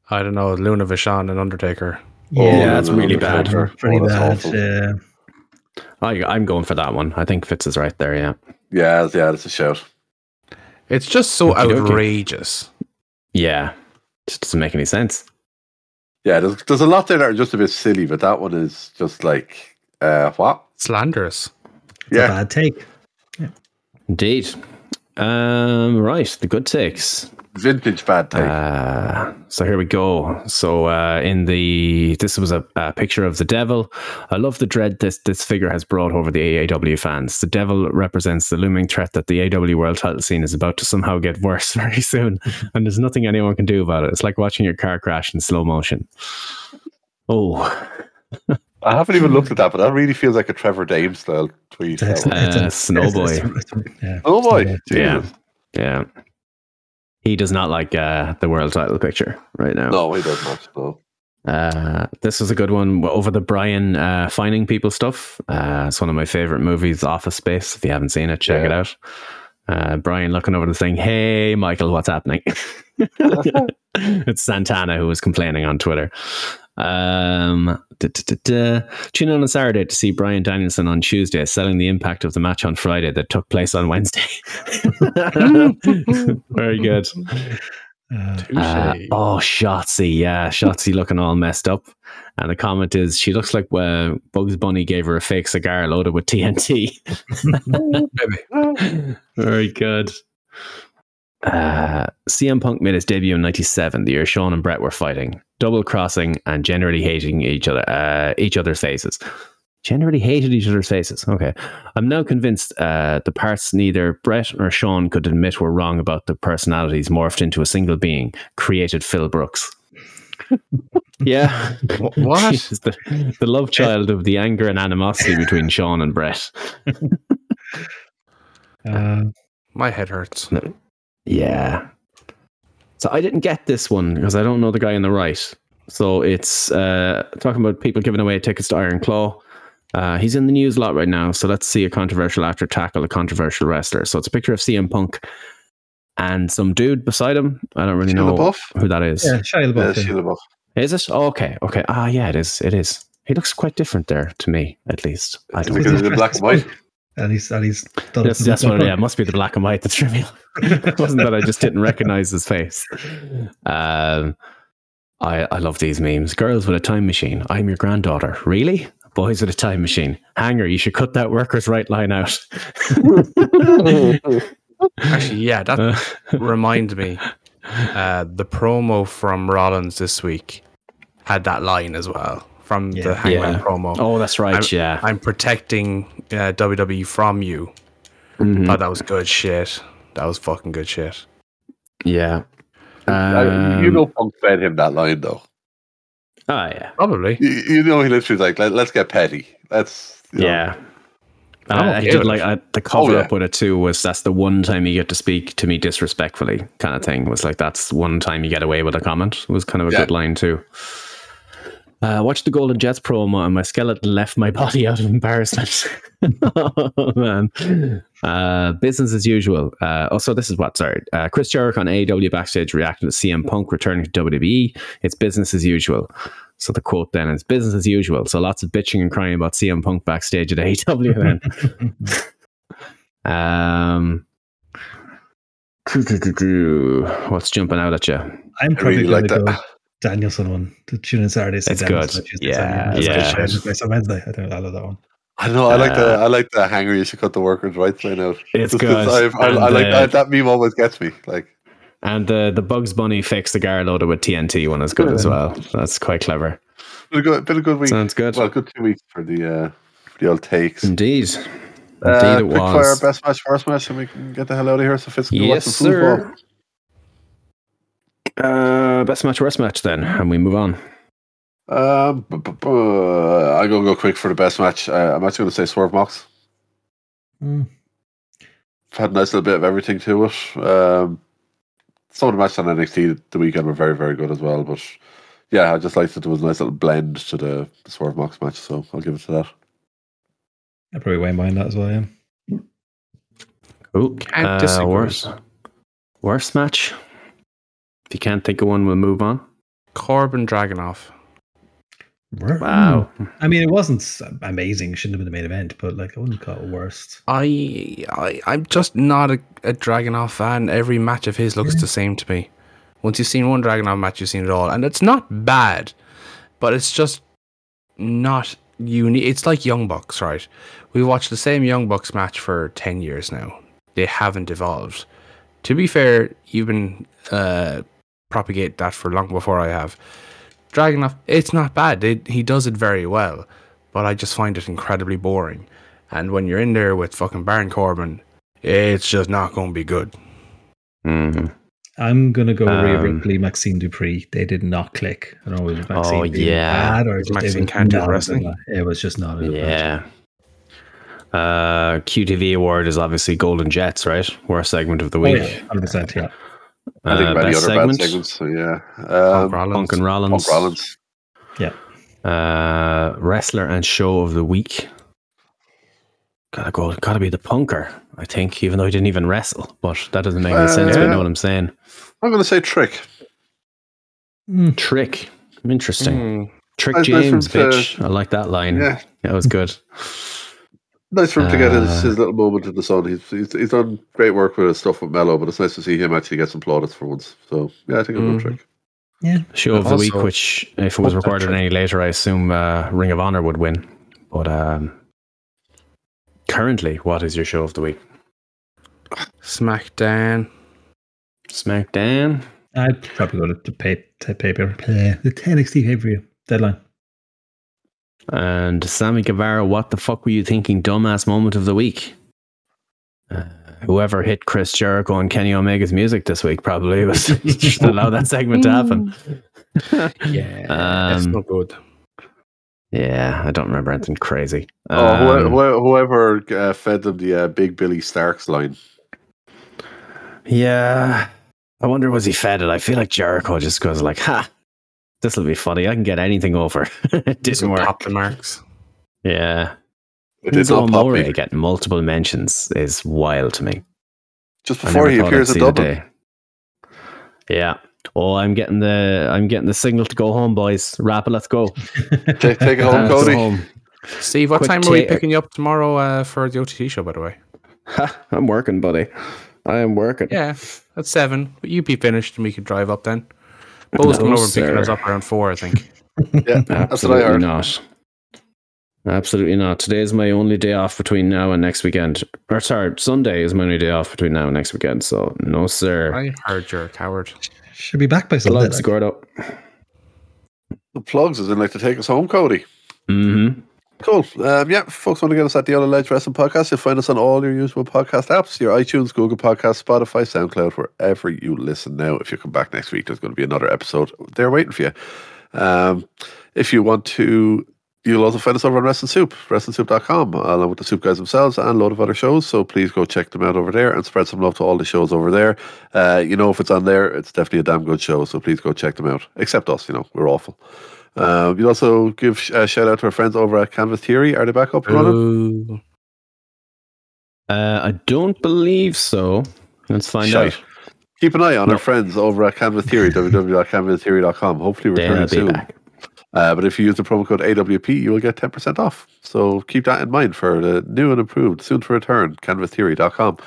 I don't know. Luna Vachon and Undertaker.
Yeah, that's really bad.
Undertaker. Oh,
Pretty
that's
bad.
awful.
Yeah.
I, I'm going for that one. I think Fitz is right there. Yeah,
Yeah, yeah, that's a shout.
It's just so
Okey-dokey.
outrageous.
yeah, just doesn't make any sense.
Yeah, there's there's a lot there that are just a bit silly, but that one is just like uh what?
Slanderous.
It's
Yeah.
a bad take.
Indeed. Um, right, the good takes.
Vintage bad take.
Uh, so here we go. So uh, in the this was a, a picture of the devil. I love the dread this this figure has brought over the AAW fans. The devil represents the looming threat that the AW world title scene is about to somehow get worse very soon, and there's nothing anyone can do about it. It's like watching your car crash in slow motion. Oh,
I haven't even looked at
hmm.
that, but that really feels like a Trevor Dame style tweet.
It's excellent.
Uh,
It's a-
Snowboy.
it's- it's- yeah.
Oh boy.
Snowboy.
Yeah.
Jesus.
yeah. He does not like uh, the world title picture right now.
No, he doesn't much, no.
Uh, this was a good one over the Brian uh, finding people stuff. Uh, it's one of my favorite movies, Office Space. If you haven't seen it, check it out. Uh, Brian looking over the thing. Hey, Michael, what's happening? it's Santana who was complaining on Twitter. Um, da, da, da, da. Tune in on Saturday to see Brian Danielson on Tuesday, selling the impact of the match on Friday that took place on Wednesday. Very good.
Uh,
Uh,
Touche.
oh, Shotzi, yeah, Shotzi looking all messed up. And the comment is, she looks like uh, Bugs Bunny gave her a fake cigar loaded with TNT. Very good. Uh, CM Punk made his debut in '97, the year Sean and Brett were fighting, double crossing, and generally hating each other, uh, each other's faces. Generally hated each other's faces. Okay, I'm now convinced uh, the parts neither Brett nor Sean could admit were wrong about the personalities morphed into a single being created Phil Brooks. yeah,
Wh- what?
Jesus, the, the love child of the anger and animosity between Sean and Brett.
uh,
My head hurts.
Yeah. So I didn't get this one because I don't know the guy on the right. So it's uh, talking about people giving away tickets to Iron Claw. Uh, he's in the news a lot right now. So let's see a controversial actor tackle a controversial wrestler. So it's a picture of CM Punk and some dude beside him. I don't really
Shia
know
LaBeouf?
who that is.
yeah, Shia
Yeah,
LaBeouf.
Shia LaBeouf.
Is it? Oh, okay. Okay. Ah, yeah, it is. It is. He looks quite different there to me, at least. I
It's
don't
because
know.
he's in black and white.
And he's and he's done
That's,
it.
that's what, yeah, it must be the black and white that's trivial. it wasn't that I just didn't recognize his face. Um, I, I love these memes. Girls with a time machine. I'm your granddaughter. Really? Boys with a time machine. Hanger, you should cut that worker's right line out.
Actually, yeah, that
Uh,
reminds me. Uh, the promo from Rollins this week had that line as well from
Yeah.
the Hangman
Yeah.
promo.
oh, that's right.
I'm-
yeah.
I'm protecting uh, WWE from you.
Mhm.
Oh, that was good shit. That was fucking good shit.
yeah.
I- you
Um,
know Punk fed him that line though.
Oh, yeah.
Probably.
You, you know he literally was like, Let, let's get petty. Let's you know.
Yeah. Uh,
I'm
I, I
okay
did
with
like
it.
I, the cover
Oh, yeah.
up with it too was that's the one time you get to speak to me disrespectfully kind of thing was like that's one time you get away with a comment was kind of a
Yeah.
good line too. Uh, watch the Golden Jets promo and my skeleton left my body out of embarrassment. oh, man. Uh, business as usual. Uh, oh, so this is what, sorry. Uh, Chris Jericho on AEW backstage reacting to CM Punk returning to WWE. It's business as usual. So the quote then is business as usual. So lots of bitching and crying about CM Punk backstage at AEW then. Um, what's jumping out at you?
I'm
I
probably
really like
gonna
that.
go Danielson one. To tune in Saturdays.
It's good. Yeah,
yeah.
It's on Wednesday. I think I love that one.
I know I like the
Uh,
I like the hanger you should cut the workers' rights line out.
It's
Just 'cause
good.
I've- I, I,
And,
like
uh,
that, that meme always gets me. Like
And uh, the the Bugs Bunny fix the gar loader with TNT one is good as well. That's quite clever.
been a good been a good week.
Sounds good.
Well, good two weeks for the uh for the old takes.
Indeed.
Uh,
Indeed it
quick fire,
was.
best match, worst match, and we can get the hell out of here so Fitz can go watch
Yes,
some football.
sir. Uh, best match, worst match, then, and we move on.
Um, bu- bu- bu- I'm going to go quick for the best match. Uh, I'm actually going to say Swerve Mox.
Mm.
Had a nice little bit of everything to it. Um, some of the matches on NXT the weekend were very, very good as well. But yeah, I just liked that there was a nice little blend to the Swerve Mox match. So I'll give it to that.
I probably won't mind that as well. Yeah.
Ooh,
Can't
uh,
disagree.
worst, worst match. If you can't think of one, we'll move on.
Corbin Dragonoff.
Wow.
Hmm. I mean, it wasn't s- amazing. Shouldn't have been the main event, but like I wouldn't call it worst.
I, I I'm just not a, a Dragonoff fan. Every match of his looks the same to me. Once you've seen one Dragonoff match, you've seen it all, and it's not bad, but it's just not unique. It's like Young Bucks, right? We watched the same Young Bucks match for ten years now. They haven't evolved. To be fair, you've been uh, propagate that for long before I have. Dragonoff, it's not bad. They, he does it very well, but I just find it incredibly boring. And when you're in there with fucking Baron Corbin, it's just not going to be good.
Mm.
I'm gonna go Rhea
Um,
Ripley, Maxine Dupree. They did not click. I don't know if it was Maxine.
Oh,
being
yeah.
bad or
Is
just- it
Maxine
was
can't do
not a good
wrestling?
match. It was just not. A good match.
Yeah. Uh, QTV award is obviously Golden Jets, right? Worst segment of the
Oh,
week.
yeah, hundred percent. Yeah.
I think
Uh,
many
best
other
segment.
bad segments. So yeah. Um,
Rollins.
Uh, Punk and Rollins.
Punk Rollins.
Uh, wrestler and show of the week. Gotta go. Gotta be the Punker. I think, even though he didn't even wrestle, but that doesn't make any
Uh,
sense. But
yeah.
you know what I'm saying?
I'm going to say Trick.
Mm.
Trick. Interesting.
Mm.
Trick
Nice
James,
reference,
bitch. I like that line.
Yeah.
That was good.
Nice for him to get his,
Uh,
his little moment in the sun. He's, he's he's done great work with his stuff with Mello, but it's nice to see him actually get some plaudits for once. So yeah, I think it'll
Hmm.
Mhm.
go trick.
Show of the week,
Also-
which if it was
Oh, that's
recorded
right.
any later, I assume uh, Ring of Honor would win. But um, currently, what is your show of the week?
SmackDown.
SmackDown.
I'd probably go to the pay, to paper. The NXT pay per view deadline.
And Sammy Guevara, what the fuck were you thinking? Dumbass moment of the week. Uh, whoever hit Chris Jericho and Kenny Omega's music this week probably was just allow that segment to happen.
Yeah. it's
Um,
not good.
yeah, I don't remember anything crazy.
oh,
Um,
whoever, whoever uh, fed them the uh, big Billy Starks line.
Yeah. I wonder was he fed it? I feel like Jericho just goes like, ha, this'll be funny. I can get anything over. it didn't work.
Pop the marks.
Yeah.
It did not pop
Moray
me.
getting multiple mentions is wild to me.
Just
I
before
never
he
thought I'd
appears in
see the
Dublin.
day. Yeah. Oh, I'm getting the I'm getting the signal to go home, boys. Wrap it, let's go.
Take, take it home,
Let's go
Cody.
home.
Steve, what
Quick
time are we
take-
picking you up tomorrow uh, for the OTT show, by the way?
Ha, I'm working, buddy. I am working.
Yeah, at 7. But you'd be finished and we could drive up then. Bo's coming
No,
over and picking
sir.
us up around 4, I think.
Yeah, that's what I
Absolutely
heard.
not. Absolutely not. Today is my only day off between now and next weekend. Or sorry, Sunday is my only day off between now and next weekend. So no sir.
I heard you're a coward.
Should be back by Sunday.
Plugs,
Like.
Gordo.
The plugs is in like to take us home, Cody.
Mm-hmm.
Cool. Um, yeah, folks, want to get us at the Other Ledge Wrestling Podcast? You'll find us on all your usual podcast apps, your iTunes, Google Podcasts, Spotify, SoundCloud, wherever you listen now. If you come back next week, there's going to be another episode there waiting for you. Um, if you want to, you'll also find us over on Wrestling Soup, WrestlingSoup.com, along with the Soup Guys themselves and a load of other shows. So please go check them out over there and spread some love to all the shows over there. Uh, you know, if it's on there, it's definitely a damn good show. So please go check them out. Except us, you know, we're awful. Uh, we'd also give sh- a shout out to our friends over at Canvas Theory. Are they back up and running?
Ooh.
Uh, I don't believe so. Let's find
Shite.
out.
Keep an eye on
No.
our friends over at Canvas Theory, www.canvastheory.com. Hopefully, we're
They'll
returning
be
soon.
back.
Uh, but if you use the promo code AWP, you will get 10% off. So keep that in mind for the new and improved, soon to return, canvastheory.com.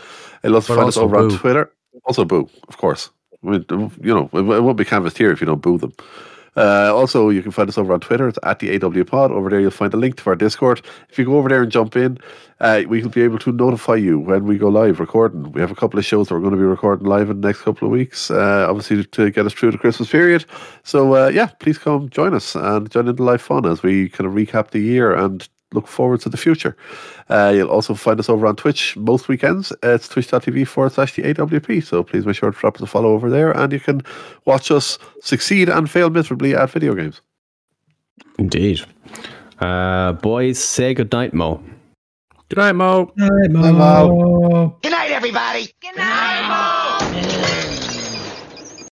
It loves to
But
find us
also
over
boo.
on Twitter. Also, boo, of course. I mean, you know, it, it won't be Canvas Theory if you don't boo them. Uh, also, you can find us over on Twitter. It's at the AW Pod. Over there, you'll find a link to our Discord. If you go over there and jump in, uh, we will be able to notify you when we go live recording. We have a couple of shows that we're going to be recording live in the next couple of weeks, uh, obviously to get us through the Christmas period. So, uh, yeah, please come join us and join in the live fun as we kind of recap the year and look forward to the future. Uh, you'll also find us over on Twitch most weekends. Uh, it's twitch.tv forward slash the AWP. So please make sure to drop us a follow over there and you can watch us succeed and fail miserably at video games.
Indeed. Uh, boys, say goodnight, Mo.
Good night, Mo.
Night, Mo.
Mo.
Good night, everybody. Good night, Mo.